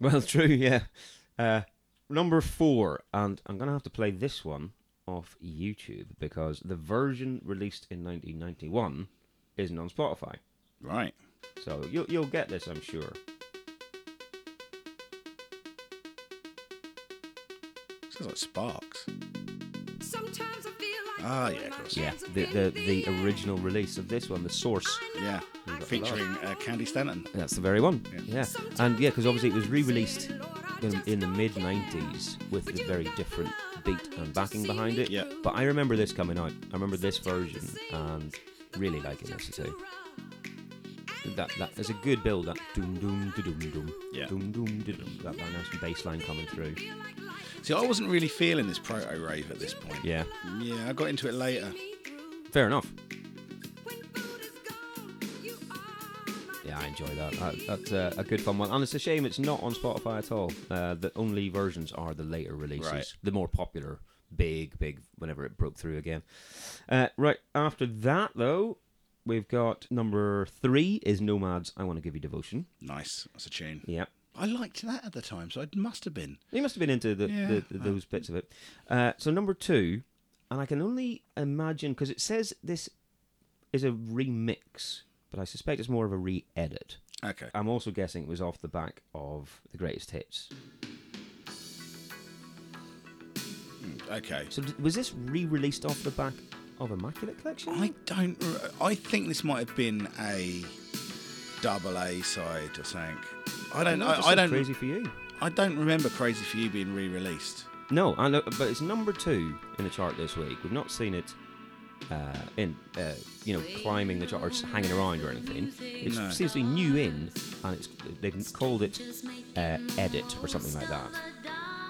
Speaker 2: Well, true. Yeah. Uh, number four, and I'm gonna have to play this one off YouTube because the version released in 1991 isn't on Spotify.
Speaker 3: Right.
Speaker 2: So you'll, you'll get this, I'm sure.
Speaker 3: Sounds like Sparks.
Speaker 7: Sometimes I feel like
Speaker 3: Ah,
Speaker 7: throwing
Speaker 3: yeah, of
Speaker 7: my
Speaker 3: course.
Speaker 2: Yeah,
Speaker 7: hands up
Speaker 2: the
Speaker 7: in
Speaker 2: the, the original release of this one, the source.
Speaker 3: Yeah. Featuring uh, Candy Stanton.
Speaker 2: That's the very one. Yeah, and yeah, because obviously it was re-released in, in the mid '90s with a very different beat and backing behind it.
Speaker 3: Yeah.
Speaker 2: But I remember this coming out. I remember this version and really liking this too. That that is a good build. That doom doom da doom doom.
Speaker 3: Yeah.
Speaker 2: Doom doom da doom. That, that nice bass line coming through.
Speaker 3: See, I wasn't really feeling this proto rave at this point.
Speaker 2: Yeah.
Speaker 3: Yeah, I got into it later.
Speaker 2: Fair enough. Yeah, I enjoy that. that that's uh, a good fun one, and it's a shame it's not on Spotify at all. Uh, the only versions are the later releases,
Speaker 3: Right.
Speaker 2: the more popular, big, big. Whenever it broke through again, uh, right after that though, we've got number three is Nomads. I want to give you devotion.
Speaker 3: Nice. That's a tune.
Speaker 2: Yeah,
Speaker 3: I liked that at the time, so I must have been.
Speaker 2: you must have been into the,
Speaker 3: Yeah,
Speaker 2: the, the- those bits of it. Uh, so number two, and I can only imagine because it says this is a remix, but I suspect it's more of a re-edit.
Speaker 3: Okay.
Speaker 2: I'm also guessing it was off the back of the greatest hits.
Speaker 3: Okay.
Speaker 2: So d- was this re-released off the back of Immaculate Collection?
Speaker 3: I don't. re- I think this might have been a double A side or something. I don't.
Speaker 2: No,
Speaker 3: I,
Speaker 2: just
Speaker 3: I
Speaker 2: so
Speaker 3: don't.
Speaker 2: Crazy for you.
Speaker 3: I don't remember "Crazy for You" being re-released.
Speaker 2: No, I know, but it's number two in the chart this week. We've not seen it uh, in, uh, you know, climbing the chart or s- hanging around or anything. It
Speaker 3: No.
Speaker 2: seems to be new in, and it's they've called it uh, edit or something like that.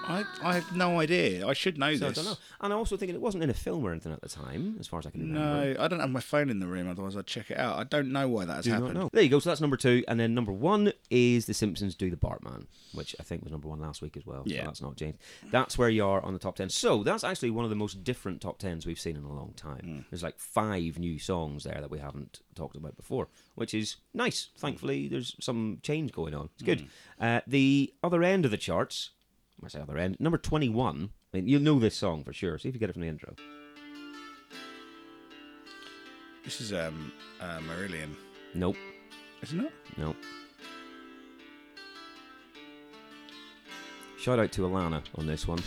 Speaker 3: I, I have no idea. I should know
Speaker 2: So I
Speaker 3: this.
Speaker 2: don't know. And I'm also thinking it wasn't in a film or anything at the time, as far as I can remember.
Speaker 3: No, I don't have my phone in the room. Otherwise, I'd check it out. I don't know why that has
Speaker 2: Do not
Speaker 3: happened.
Speaker 2: know. There you go. So that's number two, and then number one is The Simpsons do the Bartman, which I think was number one last week as well.
Speaker 3: Yeah.
Speaker 2: so that's not changed. That's where you are on the top ten. So that's actually one of the most different top tens we've seen in a long time. There's like five new songs there that we haven't talked about before, which is nice. Thankfully, there's some change going on. It's good. Uh, the other end of the charts, I say other end, number twenty-one. I mean, you'll know this song for sure. See if you get it from the intro.
Speaker 3: This is um, uh, Marillion,
Speaker 2: Nope.
Speaker 3: isn't it?
Speaker 2: No. Shout out to Alana on this one.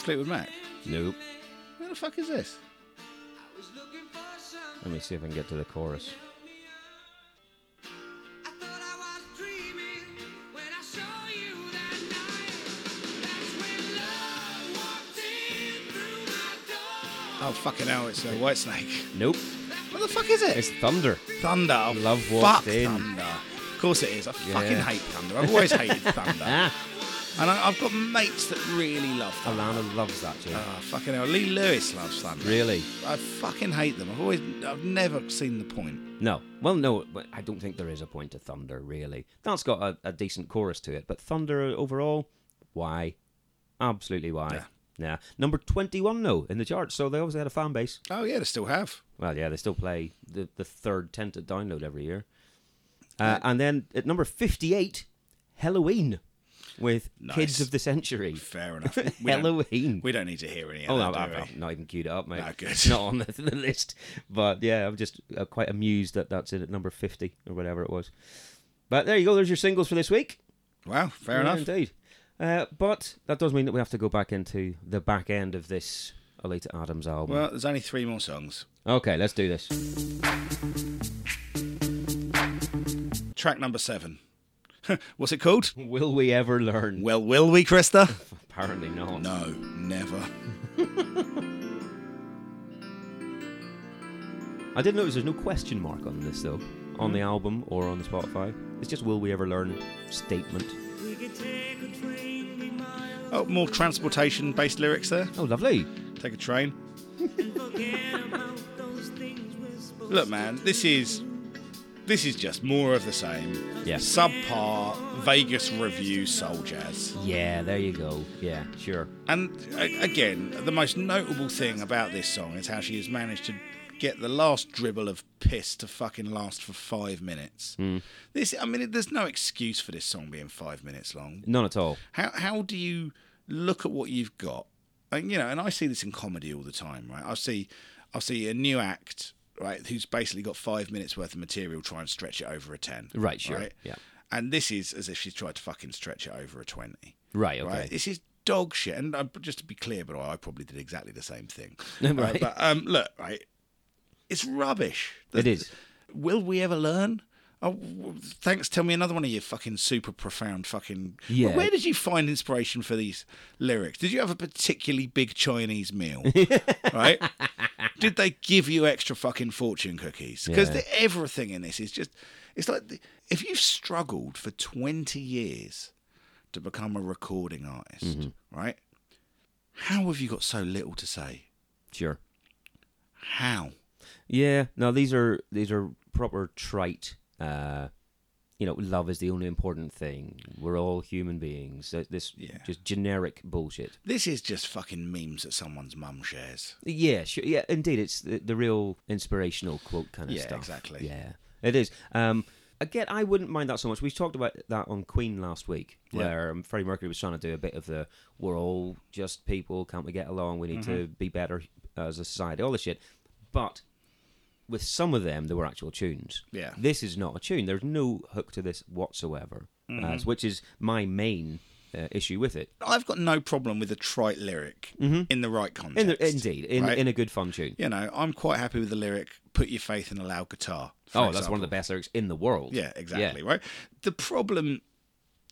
Speaker 3: Fleetwood Mac.
Speaker 2: Nope.
Speaker 3: Who the fuck is this?
Speaker 2: Let me see if I can get to the chorus.
Speaker 3: Oh fucking hell! It's uh, White Snake.
Speaker 2: Nope.
Speaker 3: What the fuck is it?
Speaker 2: It's Thunder.
Speaker 3: Thunder. Oh,
Speaker 2: Love
Speaker 3: fuck
Speaker 2: walked in.
Speaker 3: Thunder. Of course it is. I fucking
Speaker 2: Yeah.
Speaker 3: hate Thunder. I've always hated Thunder.
Speaker 2: Ah,
Speaker 3: And I, I've got mates that really love Thunder.
Speaker 2: Alana loves that tune.
Speaker 3: Oh, fucking hell. Lee Lewis loves Thunder.
Speaker 2: Really?
Speaker 3: I fucking hate them. I've always, I've never seen the point.
Speaker 2: No. Well, no, but I don't think there is a point to Thunder, really. That's got a, a decent chorus to it, but Thunder overall, why? Absolutely why. Yeah. Nah. Number 21, though, in the charts, so they obviously had a fan base.
Speaker 3: Oh yeah, they still have.
Speaker 2: Well, yeah, they still play the, the third tenth download every year. Uh, and then at number 58, Halloween with Kids
Speaker 3: Nice.
Speaker 2: of the Century.
Speaker 3: Fair enough. We don't-
Speaker 2: Halloween.
Speaker 3: We don't need to hear any. Of
Speaker 2: Oh, no,
Speaker 3: that,
Speaker 2: I've,
Speaker 3: do
Speaker 2: I've
Speaker 3: we?
Speaker 2: not even queued it up, mate.
Speaker 3: No, good.
Speaker 2: It's not on the, the list. But yeah, I'm just uh, quite amused that that's in at number 50 or whatever it was. But there you go. There's your singles for this week.
Speaker 3: Wow, fair
Speaker 2: Yeah,
Speaker 3: enough.
Speaker 2: Indeed. Uh, but that does mean that we have to go back into the back end of this Alita Adams album.
Speaker 3: Well, there's only three more songs.
Speaker 2: okay, let's do this.
Speaker 3: Track number seven. What's it called?
Speaker 2: Will we ever learn?
Speaker 3: Well, will we, Krista?
Speaker 2: Apparently not.
Speaker 3: No, never.
Speaker 2: I did notice there's no question mark on this though, on the album or on the Spotify. It's just "Will we ever learn?" statement.
Speaker 3: Oh, more transportation-based lyrics there.
Speaker 2: Oh, lovely.
Speaker 3: Take a train. Look, man, this is This is just more of the same.
Speaker 2: Yeah.
Speaker 3: Subpar Vegas review soul jazz.
Speaker 2: Yeah, there you go. Yeah, sure.
Speaker 3: And a- again, the most notable thing about this song is how she has managed to get the last dribble of piss to fucking last for five minutes. This, I mean, there's no excuse for this song being five minutes long.
Speaker 2: None at all.
Speaker 3: How how do you look at what you've got? And you know, and I see this in comedy all the time, right? I see, I see a new act, right, who's basically got five minutes worth of material, try and stretch it over a ten,
Speaker 2: Right, sure, yeah.
Speaker 3: And this is as if she's tried to fucking stretch it over a twenty.
Speaker 2: Right, okay.
Speaker 3: This is dog shit. And uh, just to be clear, but I probably did exactly the same thing.
Speaker 2: Right.
Speaker 3: Uh, but um, look, right, it's rubbish.
Speaker 2: It is.
Speaker 3: Will we ever learn? Oh, w- thanks. Tell me another one of your fucking super profound fucking.
Speaker 2: Yeah.
Speaker 3: Where did you find inspiration for these lyrics? Did you have a particularly big Chinese meal? right? Did they give you extra fucking fortune cookies? Because
Speaker 2: Yeah.
Speaker 3: everything in this is just. It's like the- if you've struggled for 20 years to become a recording artist,
Speaker 2: Mm-hmm.
Speaker 3: right? How have you got so little to say?
Speaker 2: Sure.
Speaker 3: How?
Speaker 2: Yeah. No, these are these are proper trite. Uh, you know, love is the only important thing. We're all human beings. Th- This
Speaker 3: Yeah.
Speaker 2: just generic bullshit.
Speaker 3: This is just fucking memes that someone's mum shares.
Speaker 2: Yeah, sure. Yeah, indeed, it's the, the real inspirational quote kind of
Speaker 3: Yeah,
Speaker 2: stuff.
Speaker 3: exactly.
Speaker 2: Yeah, it is. Um, again, I wouldn't mind that so much. We talked about that on Queen last week, where um, Freddie Mercury was trying to do a bit of the "we're all just people, can't we get along? We need
Speaker 3: Mm-hmm.
Speaker 2: to be better as a society." All this shit, but with some of them, there were actual tunes.
Speaker 3: Yeah.
Speaker 2: this is not a tune. There's no hook to this whatsoever, uh,
Speaker 3: Mm-hmm.
Speaker 2: which is my main uh, issue with it.
Speaker 3: I've got no problem with a trite lyric in the right context.
Speaker 2: Mm-hmm. In the, indeed, in,
Speaker 3: right?
Speaker 2: in a good fun tune.
Speaker 3: you know, I'm quite happy with the lyric "Put your faith in a loud guitar." for
Speaker 2: Oh, that's
Speaker 3: example.
Speaker 2: one of the best lyrics in the world.
Speaker 3: Yeah, exactly. Right. The problem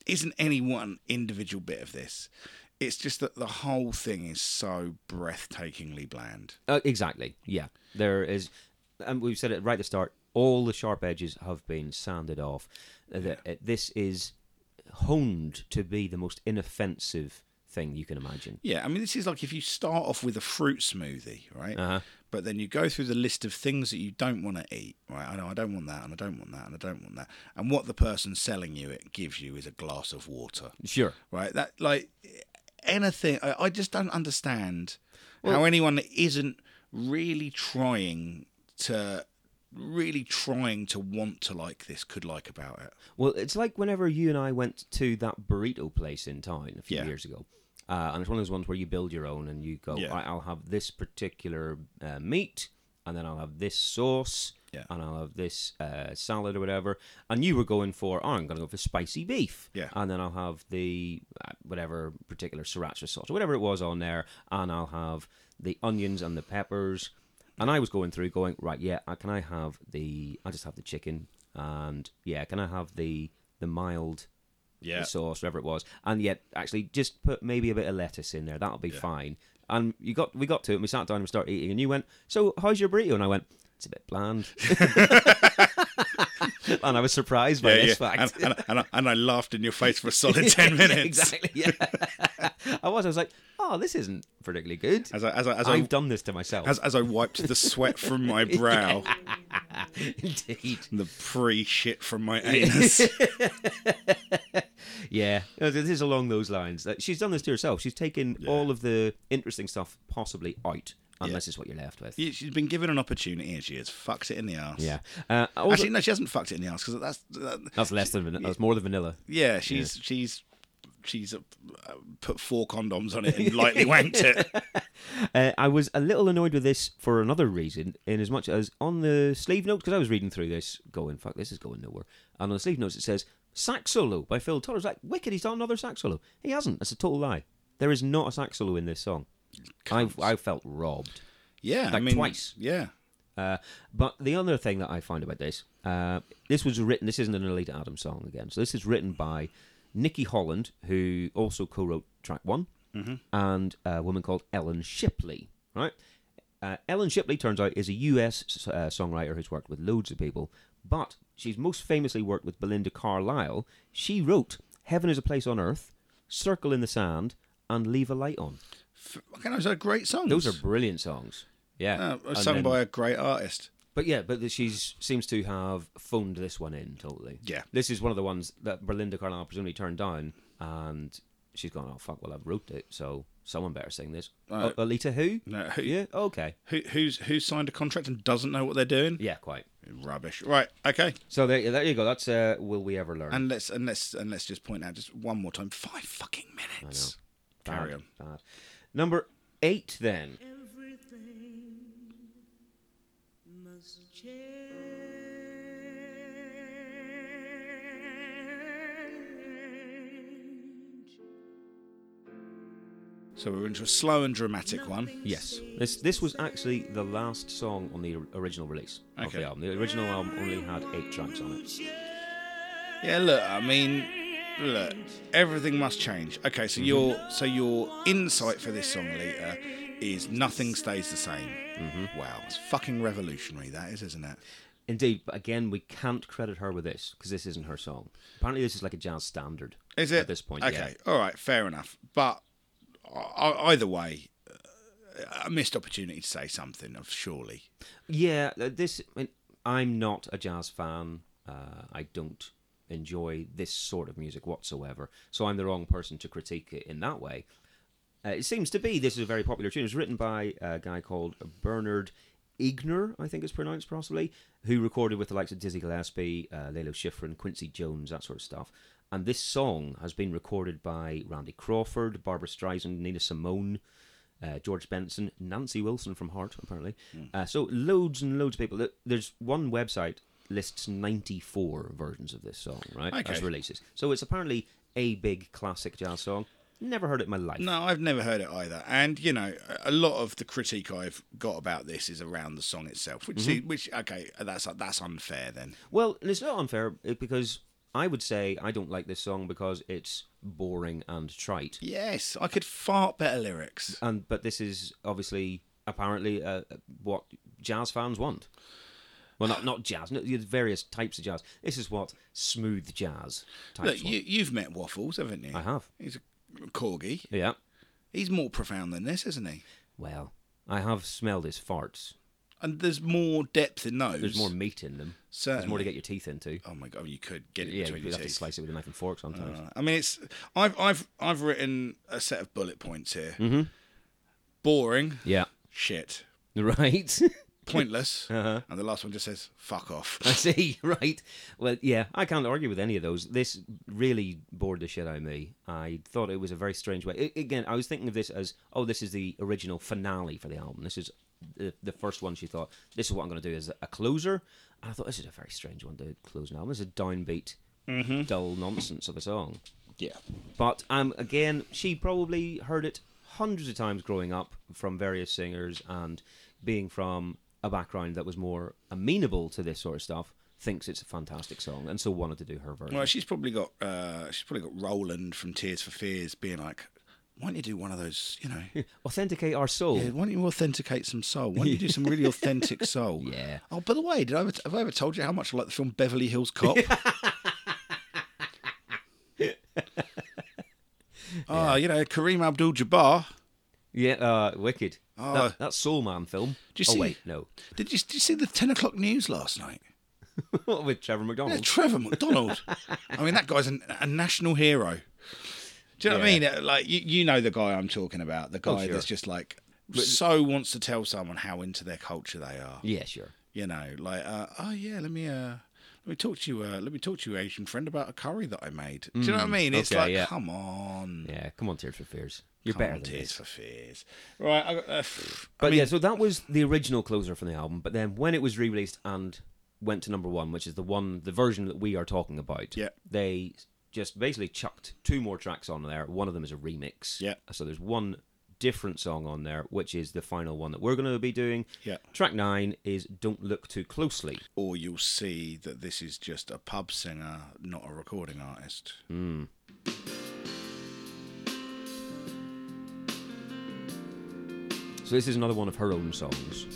Speaker 3: isn't any one individual bit of this. It's just that the whole thing is so breathtakingly bland.
Speaker 2: Uh, exactly. Yeah. There is, and we've said it right at the start. All the sharp edges have been sanded off. Uh, the- uh, This is honed to be the most inoffensive thing you can imagine.
Speaker 3: Yeah, I mean, this is like if you start off with a fruit smoothie, right?
Speaker 2: Uh-huh.
Speaker 3: But then you go through the list of things that you don't want to eat, right? I know I don't want that, and I don't want that, and I don't want that. And what the person selling you it gives you is a glass of water.
Speaker 2: Sure.
Speaker 3: right? That like anything. I, I just don't understand how anyone that isn't really trying to really trying to want to like this could like about it.
Speaker 2: Well, it's like whenever you and I went to that burrito place in town a few
Speaker 3: Yeah.
Speaker 2: years ago. Uh, and it's one of those ones where you build your own and you go,
Speaker 3: Yeah.
Speaker 2: "Right, I'll have this particular uh, meat, and then I'll have this sauce,
Speaker 3: Yeah.
Speaker 2: and I'll have this uh, salad or whatever. And you were going for, oh, I'm going to go for spicy beef.
Speaker 3: Yeah.
Speaker 2: And then I'll have the uh, whatever particular sriracha sauce or whatever it was on there, and I'll have the onions and the peppers. And I was going through, going right, yeah, uh, can I have the? I just have the chicken, and yeah, can I have the the mild
Speaker 3: Yeah.
Speaker 2: sauce, whatever it was, and yet actually just put maybe a bit of lettuce in there. That'll be fine. And you got we got to it. and We sat down and we started eating, and you went, "So how's your burrito?" And I went, "It's a bit bland." and I was surprised by this fact.
Speaker 3: And, and, and, I, and I laughed in your face for a solid ten
Speaker 2: Yeah,
Speaker 3: minutes.
Speaker 2: exactly. Yeah, I was. I was like, "Oh, this isn't particularly good."
Speaker 3: As I as I as I,
Speaker 2: I've done this to myself.
Speaker 3: as, as I wiped the sweat from my brow,
Speaker 2: Indeed.
Speaker 3: the pre shit from my anus.
Speaker 2: Yeah, Uh, this is along those lines. Uh, She's done this to herself. She's taken all of the interesting stuff possibly out, and this is what you're left with.
Speaker 3: Yeah, She's been given an opportunity and she has fucked it in the ass.
Speaker 2: Yeah. Uh, also,
Speaker 3: Actually, no, she hasn't fucked it in the ass because that's that,
Speaker 2: that's less than vanilla. That's more than vanilla.
Speaker 3: Yeah, she's she's she's uh, uh, put four condoms on it and lightly wanked it.
Speaker 2: Uh, I was a little annoyed with this for another reason, in as much as on the sleeve notes, because I was reading through this, going, fuck, this is going nowhere. And on the sleeve notes, it says, sax solo by Phil Toller. It's like, wicked, he's done another sax solo. He hasn't. That's a total lie. There is not a sax solo in this song. I, I felt robbed.
Speaker 3: Yeah, I
Speaker 2: Like
Speaker 3: mean,
Speaker 2: twice.
Speaker 3: Yeah,
Speaker 2: Uh, but the other thing that I find about this, uh, this was written. This isn't an Alita Adams song again. So this is written by Nikki Holland, who also co-wrote track one, and a woman called Ellen Shipley. Right, uh, Ellen Shipley turns out is a U.S. s- Uh, songwriter who's worked with loads of people, but she's most famously worked with Belinda Carlisle. She wrote "Heaven Is a Place on Earth," "Circle in the Sand," and "Leave a Light On."
Speaker 3: F- fucking, those are great songs.
Speaker 2: Those are brilliant songs. Yeah,
Speaker 3: Hmm. Uh,
Speaker 2: And
Speaker 3: sung
Speaker 2: then-
Speaker 3: by a great artist.
Speaker 2: But yeah, but she seems to have phoned this one in totally.
Speaker 3: Yeah.
Speaker 2: This is one of the ones that Belinda Carlisle presumably turned down, and she's gone, oh, fuck, well, I wrote it, so someone better sing this.
Speaker 3: Right.
Speaker 2: Oh, Alita who?
Speaker 3: No, who-
Speaker 2: Yeah, okay.
Speaker 3: Who, who's who's signed a contract and doesn't know what they're doing?
Speaker 2: Yeah, quite.
Speaker 3: Rubbish. Right. Okay.
Speaker 2: So there, there you go. That's uh, Will We Ever Learn.
Speaker 3: And let's and let's and let's just point out just one more time. Five fucking minutes.
Speaker 2: Bad,
Speaker 3: Carry on.
Speaker 2: bad. Number eight, then.
Speaker 4: Everything must change.
Speaker 3: So we're into a slow and dramatic one.
Speaker 2: Yes. This this was actually the last song on the original release of
Speaker 3: Okay.
Speaker 2: the album. The original album only had eight tracks on it.
Speaker 3: Yeah. Look, I mean, look, everything must change. Okay.
Speaker 2: Mhm.
Speaker 3: So your so your insight for this song, Lita, is nothing stays the same.
Speaker 2: Mm-hmm.
Speaker 3: Wow, it's fucking revolutionary. That is, isn't it?
Speaker 2: Indeed, but again, we can't credit her with this because this isn't her song. Apparently, this is like a jazz standard.
Speaker 3: Is it
Speaker 2: at this point?
Speaker 3: Okay,
Speaker 2: yeah.
Speaker 3: all right, fair enough. But uh, either way, uh, a missed opportunity to say something of surely.
Speaker 2: Yeah, uh, this. I mean, I'm not a jazz fan. Uh, I don't enjoy this sort of music whatsoever. So I'm the wrong person to critique it in that way. Uh, it seems to be this is a very popular tune. It was written by a guy called Bernard Igner, I think it's pronounced possibly, who recorded with the likes of Dizzy Gillespie, uh, Lalo Schifrin, Quincy Jones, that sort of stuff. And this song has been recorded by Randy Crawford, Barbara Streisand, Nina Simone, uh, George Benson, Nancy Wilson from Heart, apparently. Uh, so loads and loads of people. Th- There's one website lists 94 versions of this song, right?
Speaker 3: Okay.
Speaker 2: As releases. So it's apparently a big classic jazz song. Never heard it in my life.
Speaker 3: No, I've never heard it either. And you know, a lot of the critique I've got about this is around the song itself,
Speaker 2: Mm-hmm.
Speaker 3: which is, which okay, that's that's unfair then.
Speaker 2: Well, it's not unfair uh, because I would say I don't like this song because it's boring and trite.
Speaker 3: Yes, I could fart better lyrics.
Speaker 2: And but this is obviously apparently uh, what jazz fans want. Well, not not jazz. No, there's various types of jazz. This is what smooth jazz types
Speaker 3: Look, you, you've met Waffles, haven't you?
Speaker 2: I have.
Speaker 3: He's a corgi.
Speaker 2: want. Yeah.
Speaker 3: He's more profound than this, isn't he?
Speaker 2: Well, I have smelled his farts.
Speaker 3: And there's more depth in those.
Speaker 2: There's more meat in them. There's more
Speaker 3: Certainly.
Speaker 2: to get your teeth into.
Speaker 3: Oh my god, you could get it
Speaker 2: Yeah,
Speaker 3: between
Speaker 2: you
Speaker 3: your
Speaker 2: have to
Speaker 3: teeth. Uh,
Speaker 2: slice it with a knife and fork sometimes.
Speaker 3: I mean, it's I've I've I've written a set of bullet points here. Boring,
Speaker 2: Mm-hmm. yeah.
Speaker 3: shit,
Speaker 2: Right.
Speaker 3: pointless, and the last one just says "fuck off."
Speaker 2: I see, Uh-huh. right. Well, yeah, I can't argue with any of those. This really bored the shit out of me. I thought it was a very strange way. I- again, I was thinking of this as, oh, this is the original finale for the album. This is the, the first one she thought, this is what I'm going to do as a closer. And I thought, this is a very strange one to close an album. It's a downbeat, dull nonsense of a song.
Speaker 3: Yeah,
Speaker 2: But um, again, she probably heard it hundreds of times growing up from various singers and being from a background that was more amenable to this sort of stuff, thinks it's a fantastic song and so wanted to do her version.
Speaker 3: well, she's probably got uh, she's probably got Roland from Tears for Fears being like, "Why don't you do one of those? You know, yeah,
Speaker 2: Authenticate our soul.
Speaker 3: why don't you authenticate some soul? Why don't you do some really authentic soul?"
Speaker 2: Yeah.
Speaker 3: Oh, by the way, did I ever, have I ever told you how much I like the film Beverly Hills Cop? Oh, you know Kareem Abdul-Jabbar.
Speaker 2: Yeah, uh, wicked.
Speaker 3: Oh.
Speaker 2: That, that Soul Man film.
Speaker 3: Do you
Speaker 2: oh
Speaker 3: see-
Speaker 2: wait, no,
Speaker 3: Did you, did you see the 10 o'clock news last night?
Speaker 2: with Trevor
Speaker 3: Yeah,
Speaker 2: McDonald.
Speaker 3: Trevor McDonald. I mean, that guy's an, a national hero. Do you know
Speaker 2: Yeah.
Speaker 3: what I mean? Uh, Like, you, you know the guy I'm talking about. The guy
Speaker 2: sure.
Speaker 3: that's just like, so wants to tell someone how into their culture they are.
Speaker 2: Yeah, sure.
Speaker 3: You know, like, uh, oh, yeah, let me. Uh, let me talk to you. Uh, let me talk to you, Asian friend, about a curry that I made. Do you know what I mean? It's
Speaker 2: Mm, okay,
Speaker 3: like,
Speaker 2: yeah.
Speaker 3: come on,
Speaker 2: Yeah, come on, Tears for Fears. You're
Speaker 3: come
Speaker 2: better
Speaker 3: on,
Speaker 2: than
Speaker 3: tears
Speaker 2: this.
Speaker 3: for fears. Right, I got, uh,
Speaker 2: But yeah, so that was the original closer for the album. But then when it was re-released and went to number one, which is the one, the version that we are talking about,
Speaker 3: Yeah.
Speaker 2: they just basically chucked two more tracks on there. One of them is a remix.
Speaker 3: Yeah.
Speaker 2: So there's one different song on there, which is the final one that we're going to be doing.
Speaker 3: Yeah.
Speaker 2: Track nine is "Don't Look Too Closely."
Speaker 3: or you'll see that this is just a pub singer, not a recording artist.
Speaker 2: Mm. So this is another one of her own songs.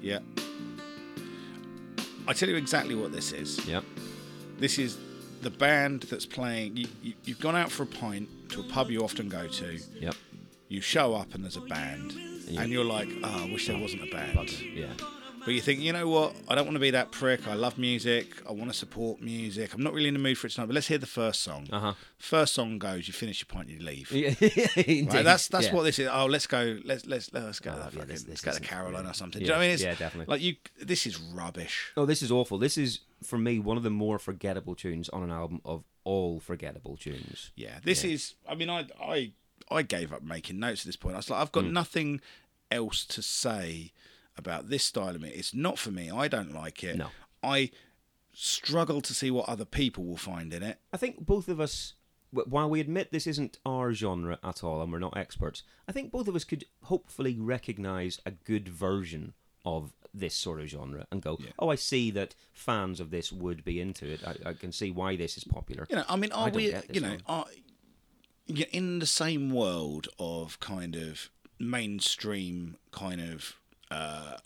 Speaker 3: Yeah. I tell you exactly what this is.
Speaker 2: Yeah.
Speaker 3: This is the band that's playing. You, you, you've gone out for a pint to a pub you often go to.
Speaker 2: Yep.
Speaker 3: You show up and there's a band, and you're like, "Oh, I wish there wasn't a band."
Speaker 2: Yeah.
Speaker 3: But you think, you know what? I don't want to be that prick. I love music. I want to support music. I'm not really in the mood for it tonight. But let's hear the first song.
Speaker 2: Uh-huh.
Speaker 3: First song goes. You finish your pint. You leave. Right,
Speaker 2: Indeed.
Speaker 3: that's that's
Speaker 2: Yeah. Oh,
Speaker 3: what this is. Oh, let's go. Let's let's let's go. to that
Speaker 2: yeah,
Speaker 3: fucking-
Speaker 2: this- this
Speaker 3: let's go to
Speaker 2: isn't-
Speaker 3: Caroline or something. Do
Speaker 2: Yeah,
Speaker 3: you know what I mean? It's,
Speaker 2: yeah, definitely.
Speaker 3: Like you, this is rubbish.
Speaker 2: Oh, this is awful. This is for me one of the more forgettable tunes on an album of all forgettable tunes.
Speaker 3: Yeah, this is. I mean, I I I gave up making notes at this point. I was like, I've
Speaker 2: Hmm.
Speaker 3: got nothing else to say about this style of it. It's not for me. I don't like it.
Speaker 2: No.
Speaker 3: I struggle to see what other people will find in it.
Speaker 2: I think both of us, wh- while we admit this isn't our genre at all and we're not experts, I think both of us could hopefully recognize a good version of this sort of genre and go, oh, I see that fans of this would be into it. I, I can see why this is popular.
Speaker 3: You know, I mean, are
Speaker 2: don't
Speaker 3: we?
Speaker 2: get this
Speaker 3: You know,
Speaker 2: one.
Speaker 3: are you in the same world of kind of mainstream kind of uh,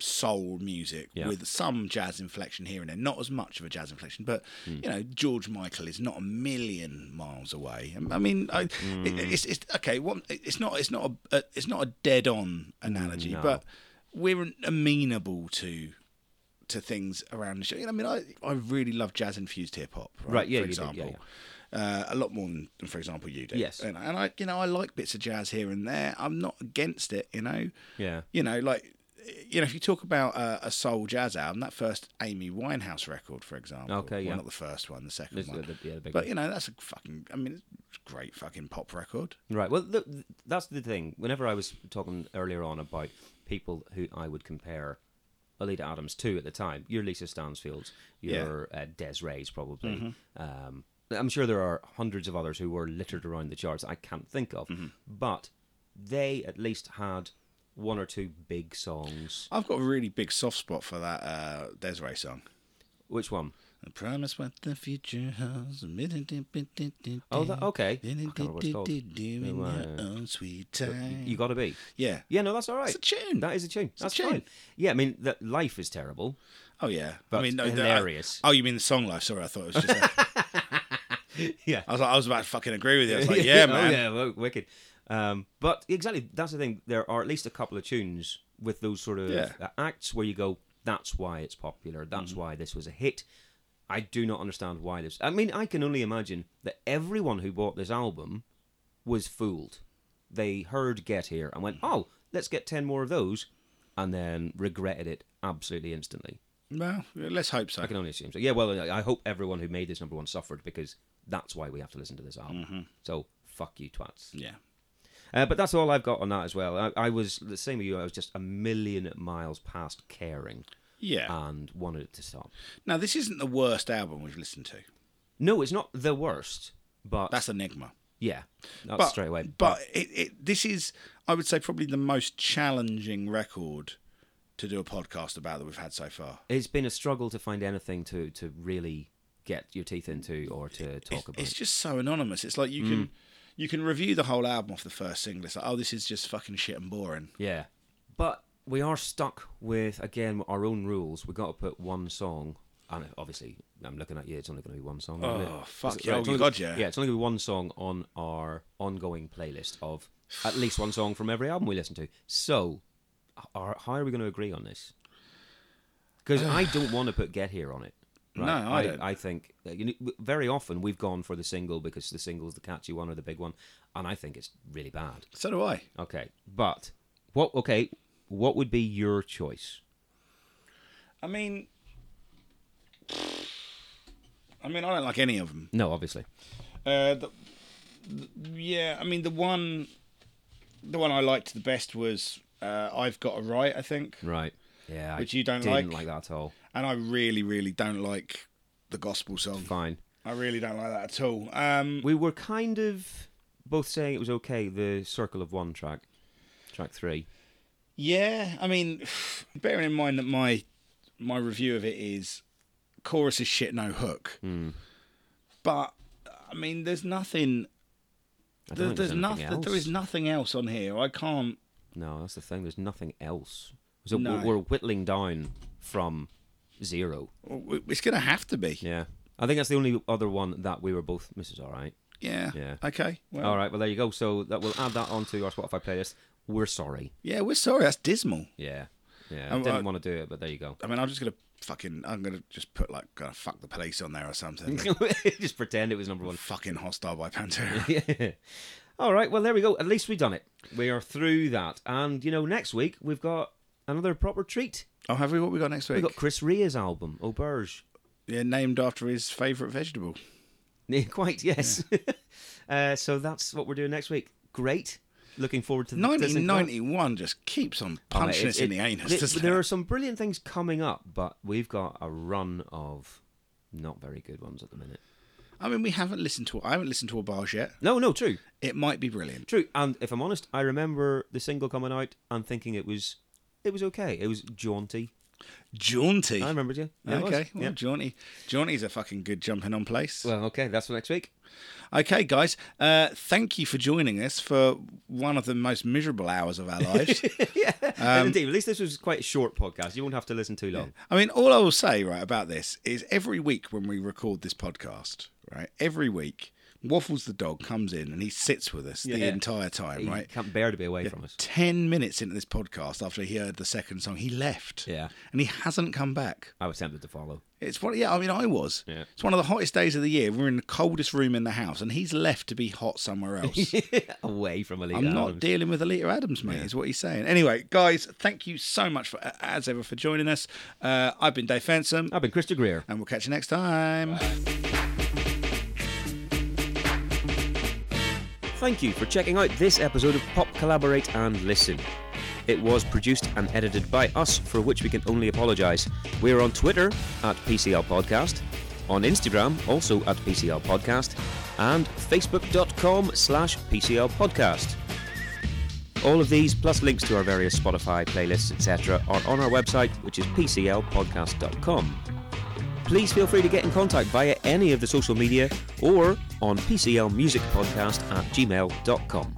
Speaker 3: soul music
Speaker 2: Yeah.
Speaker 3: with some jazz inflection here and there? Not as much of a jazz inflection, but
Speaker 2: Hmm.
Speaker 3: you know, George Michael is not a million miles away. I- I mean, I,
Speaker 2: Hmm.
Speaker 3: it, it's, it's okay. What it's not, it's not a, it's not a dead-on analogy,
Speaker 2: No.
Speaker 3: but we're amenable to to things around the show. You know, I mean, I, I really love jazz infused hip hop, right?
Speaker 2: Right, yeah,
Speaker 3: for
Speaker 2: you do, yeah,
Speaker 3: example, Uh, a lot more than, than, for example, you do.
Speaker 2: Yes.
Speaker 3: and, and I, you know, I like bits of jazz here and there. I'm not against it, you know.
Speaker 2: Yeah.
Speaker 3: You know, like, you know, if you talk about a, a soul jazz album, that first Amy Winehouse record, for example,
Speaker 2: Okay,
Speaker 3: well,
Speaker 2: yeah.
Speaker 3: not the first one, the second
Speaker 2: This-
Speaker 3: one,
Speaker 2: the- the- yeah, the big
Speaker 3: but
Speaker 2: one.
Speaker 3: you know, that's a fucking. I mean, it's a great fucking pop record.
Speaker 2: Right. Well, th th- that's the thing. Whenever I was talking earlier on about people who I would compare Alita Adams to at the time, your Lisa Stansfields,
Speaker 3: Yeah. Mm-hmm.
Speaker 2: your uh, Des Rays, probably. Um, I'm sure there are hundreds of others who were littered around the charts I can't think of,
Speaker 3: Mm-hmm.
Speaker 2: but they at least had one or two big songs.
Speaker 3: I've got a really big soft spot for that uh, Desiree song.
Speaker 2: Which one?
Speaker 3: I promise what the future holds.
Speaker 2: Oh, that, okay. I can't remember what it's called.
Speaker 3: In
Speaker 2: Uh,
Speaker 3: your own sweet time.
Speaker 2: You gotta be.
Speaker 3: yeah.
Speaker 2: Yeah, no, that's all right.
Speaker 3: It's a tune.
Speaker 2: That is a tune.
Speaker 3: a
Speaker 2: that's
Speaker 3: tune.
Speaker 2: fine. Yeah, I mean, that life is terrible.
Speaker 3: Oh yeah.
Speaker 2: But
Speaker 3: I mean, no, the-
Speaker 2: hilarious.
Speaker 3: oh, you mean the song life? Sorry, I thought it was just.
Speaker 2: Yeah.
Speaker 3: I was like, I was about to fucking agree with you. I was like, yeah, man.
Speaker 2: Oh, yeah, w- wicked. Um, but exactly, that's the thing. There are at least a couple of tunes with those sort of
Speaker 3: Yeah. Mm.
Speaker 2: uh, acts where you go, that's why it's popular. That's why this was a hit. I do not understand why this. I mean, I can only imagine that everyone who bought this album was fooled. They heard Get Here and
Speaker 3: Mm.
Speaker 2: went, oh, let's get 10 more of those, and then regretted it absolutely instantly.
Speaker 3: Well, let's hope so.
Speaker 2: I can only assume so. Yeah, well, I I hope everyone who made this number one suffered because that's why we have to listen to this album.
Speaker 3: Mm-hmm.
Speaker 2: So, fuck you, twats.
Speaker 3: Yeah.
Speaker 2: Uh, but that's all I've got on that as well. I, I was the same with you. I was just a million miles past caring
Speaker 3: Yeah.
Speaker 2: and wanted it to stop.
Speaker 3: now this isn't the worst album we've listened to.
Speaker 2: No, it's not the worst, but
Speaker 3: That's Enigma.
Speaker 2: yeah, that's
Speaker 3: but,
Speaker 2: straight away.
Speaker 3: But it, it, this is, I would say, probably the most challenging record to do a podcast about that we've had so far.
Speaker 2: it's been a struggle to find anything to to really get your teeth into or to talk about. Hmm.
Speaker 3: It's just so anonymous. It's like you can you can review the whole album off the first single. It's like, oh, this is just fucking shit and boring.
Speaker 2: Yeah. But we are stuck with, again, our own rules. We've got to put one song. And obviously, I'm looking at you. It's only going to be one song. isn't
Speaker 3: Oh,
Speaker 2: it?
Speaker 3: fuck
Speaker 2: It's-
Speaker 3: yeah.
Speaker 2: it's
Speaker 3: Oh,
Speaker 2: only-
Speaker 3: God, yeah.
Speaker 2: Yeah, it's only going to be one song on our ongoing playlist of at least one song from every album we listen to. So, are, how are we going to agree on this? Because I don't want to put Get Here on it. Right?
Speaker 3: No, I don't.
Speaker 2: I think uh, you know, very often we've gone for the single because the single's the catchy one or the big one, and I think it's really bad.
Speaker 3: So do I.
Speaker 2: Okay, but what? Okay, what would be your choice?
Speaker 3: I mean, I mean, I don't like any of them.
Speaker 2: No, obviously.
Speaker 3: Uh, the, the- yeah, I mean, the one, the one I liked the best was uh, "I've Got a Right," I think,
Speaker 2: Right. Yeah.
Speaker 3: Which
Speaker 2: I
Speaker 3: you don't
Speaker 2: didn't
Speaker 3: like?
Speaker 2: like. that at all.
Speaker 3: and I really, really don't like the gospel song.
Speaker 2: Fine.
Speaker 3: I really don't like that at all. Um,
Speaker 2: We were kind of both saying it was okay. The Circle of One track, track three.
Speaker 3: yeah, I mean, bearing in mind that my my review of it is chorus is shit, no hook.
Speaker 2: Hmm.
Speaker 3: But I mean, there's nothing.
Speaker 2: I don't
Speaker 3: There,
Speaker 2: think
Speaker 3: there's
Speaker 2: anything
Speaker 3: nothing. There
Speaker 2: else.
Speaker 3: is nothing else on here. I can't.
Speaker 2: No, that's the thing. There's nothing else. So
Speaker 3: No.
Speaker 2: we're, we're whittling down from zero.
Speaker 3: w- It's going to have to be.
Speaker 2: Yeah. I think that's the only other one that we were both. This is all right.
Speaker 3: Yeah.
Speaker 2: Yeah.
Speaker 3: Okay. Well,
Speaker 2: All right. Well, there you go. So that we'll add that onto our Spotify playlist. We're sorry.
Speaker 3: Yeah, we're sorry. That's dismal.
Speaker 2: Yeah. Yeah, I
Speaker 3: Um,
Speaker 2: didn't
Speaker 3: I-
Speaker 2: want to do it, but there you go.
Speaker 3: I mean, I'm just gonna fucking. I'm gonna just put like uh, "fuck the police" on there or something.
Speaker 2: Just pretend it was number one.
Speaker 3: fucking hostile by Pantera.
Speaker 2: Yeah. All right. Well, there we go. At least we've done it. We are through that. And, you know, next week we've got another proper treat.
Speaker 3: Oh, have we? What we got next week?
Speaker 2: We've got Chris Rea's album, Auberge.
Speaker 3: yeah, named after his favourite vegetable.
Speaker 2: Yeah, Quite, yes. uh, so that's what we're doing next week. Great. Looking forward to the
Speaker 3: 1991 just keeps
Speaker 2: Oh,
Speaker 3: on
Speaker 2: mate,
Speaker 3: punching
Speaker 2: it-
Speaker 3: us in
Speaker 2: it-
Speaker 3: the anus.
Speaker 2: th-
Speaker 3: doesn't
Speaker 2: there
Speaker 3: it?
Speaker 2: are some brilliant things coming up, but we've got a run of not very good ones at the minute.
Speaker 3: I mean, we haven't listened to. I haven't listened to a barge yet.
Speaker 2: No, no, true.
Speaker 3: It might be brilliant.
Speaker 2: True, and if I'm honest, I remember the single coming out and thinking it was it was okay. It was jaunty.
Speaker 3: Jaunty.
Speaker 2: I remembered you. Yeah, it was.
Speaker 3: okay, well,
Speaker 2: Yeah.
Speaker 3: jaunty. Jaunty's a fucking good jumping on place.
Speaker 2: Well, okay, that's for next week.
Speaker 3: Okay, guys, uh, thank you for joining us for one of the most miserable hours of our lives. Um,
Speaker 2: And Indeed, at least this was quite a short podcast. You won't have to listen too long.
Speaker 3: I mean, all I will say, right, about this is every week when we record this podcast, right, every week, Waffles the dog comes in and he sits with us the
Speaker 2: Yeah.
Speaker 3: entire time,
Speaker 2: You
Speaker 3: right?
Speaker 2: can't bear to be away from us.
Speaker 3: 10 minutes into this podcast, after he heard the second song, he left.
Speaker 2: Yeah.
Speaker 3: And he hasn't come back.
Speaker 2: I was tempted to follow.
Speaker 3: It's one, yeah, I mean, I was.
Speaker 2: Yeah.
Speaker 3: It's one of the hottest days of the year. We're in the coldest room in the house, and he's left to be hot somewhere else.
Speaker 2: away from Alita.
Speaker 3: I'm not
Speaker 2: Adams.
Speaker 3: dealing with Alita Adams, mate, is what he's saying. Anyway, guys, thank you so much, for, as ever, for joining us. Uh, I've been Dave Fensom,
Speaker 2: I've been Christa Greer.
Speaker 3: and we'll catch you next time.
Speaker 2: Thank you for checking out this episode of Pop Collaborate and Listen. It was produced and edited by us, for which we can only apologise. We are on Twitter at PCL Podcast, on Instagram also at PCL Podcast, and Facebook.com slash PCL Podcast. All of these, plus links to our various Spotify playlists, etc., are on our website, which is PCLpodcast.com please feel free to get in contact via any of the social media or on pclmusicpodcast at gmail.com.